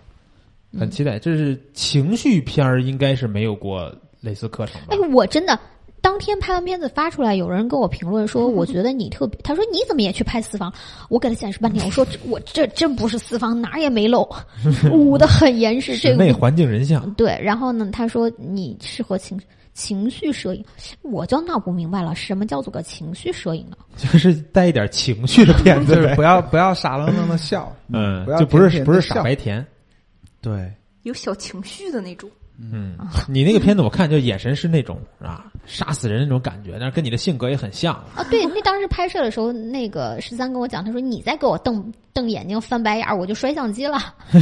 Speaker 1: 很期待。这是情绪片儿，应该是没有过类似课程吧
Speaker 4: 哎？，我真的。当天拍完片子发出来，有人跟我评论说：“我觉得你特别。”他说：“你怎么也去拍私房？”我给他解释半天，我说这：“我这真不是私房，哪儿也没漏，捂得很严实。这
Speaker 1: 室
Speaker 4: 个
Speaker 1: 内环境人像， *laughs*
Speaker 4: 对，然后呢，他说你适合情情绪摄影，我就闹不明白了，什么叫做个情绪摄影呢？
Speaker 1: 就是带一点情绪的片子
Speaker 2: 就是
Speaker 1: 呗
Speaker 2: 不。要不要傻愣愣
Speaker 1: *laughs*
Speaker 2: 的笑，
Speaker 1: 嗯
Speaker 2: 不要，
Speaker 1: 就不
Speaker 2: 甜
Speaker 1: 是
Speaker 2: 甜地
Speaker 1: 不是傻
Speaker 2: 笑
Speaker 1: 白甜。
Speaker 2: 对，
Speaker 3: 有小情绪的那种。
Speaker 1: 嗯，你那个片子我看就眼神是那种啊杀死人那种感觉，但是跟你的性格也很像。
Speaker 4: 啊，对，那当时拍摄的时候，那个十三跟我讲，他说你再给我瞪瞪眼睛、翻白眼儿，我就摔相机了。 *laughs*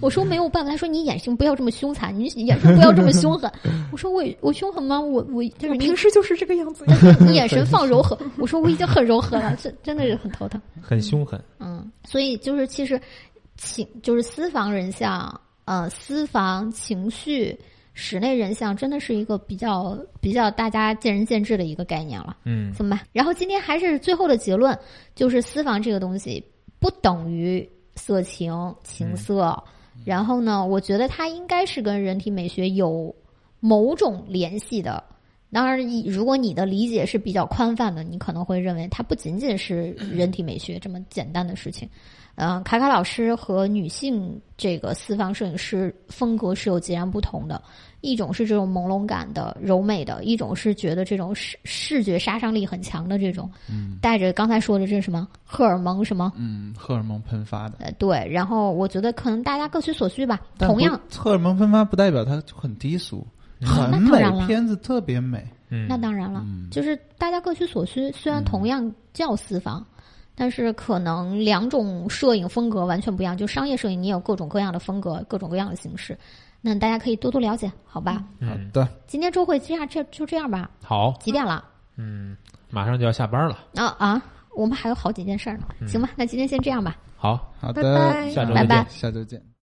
Speaker 4: 我说没有办法，他说你眼神不要这么凶残，你眼神不要这么凶狠。我说我我凶狠吗？我我就是
Speaker 3: 我
Speaker 4: 你
Speaker 3: 平时就是这个样子呀。
Speaker 4: 你眼神放柔和。我说我已经很柔和了，这真的是很头疼。
Speaker 1: 很凶狠，
Speaker 4: 嗯，所以就是其实情就是私房人像，呃，私房情绪、室内人像，真的是一个比较比较大家见仁见智的一个概念了，
Speaker 1: 嗯，
Speaker 4: 行吧？然后今天还是最后的结论，就是私房这个东西不等于色情、情色，然后呢，我觉得它应该是跟人体美学有某种联系的。当然，以如果你的理解是比较宽泛的，你可能会认为它不仅仅是人体美学这么简单的事情。嗯，卡卡老师和女性这个私房摄影师风格是有截然不同的，一种是这种朦胧感的、柔美的，一种是觉得这种视视觉杀伤力很强的这种，带着刚才说的这什么荷尔蒙什么，
Speaker 2: 嗯，荷尔蒙喷发的，
Speaker 4: 呃，对。然后我觉得可能大家各取所需吧。
Speaker 2: 但
Speaker 4: 同
Speaker 2: 不
Speaker 4: 样，
Speaker 2: 荷尔蒙喷发不代表它很低俗，
Speaker 4: 那
Speaker 2: 很
Speaker 4: 当
Speaker 2: 美
Speaker 4: 然，了
Speaker 2: 片子特别美，
Speaker 1: 嗯
Speaker 4: 那当然了，就是大家各取所需。虽然
Speaker 2: 嗯
Speaker 4: 同样叫私房，但是可能两种摄影风格完全不一样。就商业摄影，你有各种各样的风格，各种各样的形式。那大家可以多多了解，好吧？
Speaker 2: 好
Speaker 1: 嗯
Speaker 2: 的，
Speaker 4: 今天周会这样，这就这样吧。
Speaker 1: 好，
Speaker 4: 几点了？
Speaker 1: 嗯，马上就要下班了，
Speaker 4: 啊啊，我们还有好几件事儿呢。行吧，那今天先这样吧。
Speaker 1: 好，
Speaker 2: 好
Speaker 3: 拜
Speaker 2: 的，
Speaker 3: 拜
Speaker 1: 下周再
Speaker 4: 拜
Speaker 1: 见
Speaker 4: 拜。
Speaker 2: 下周见。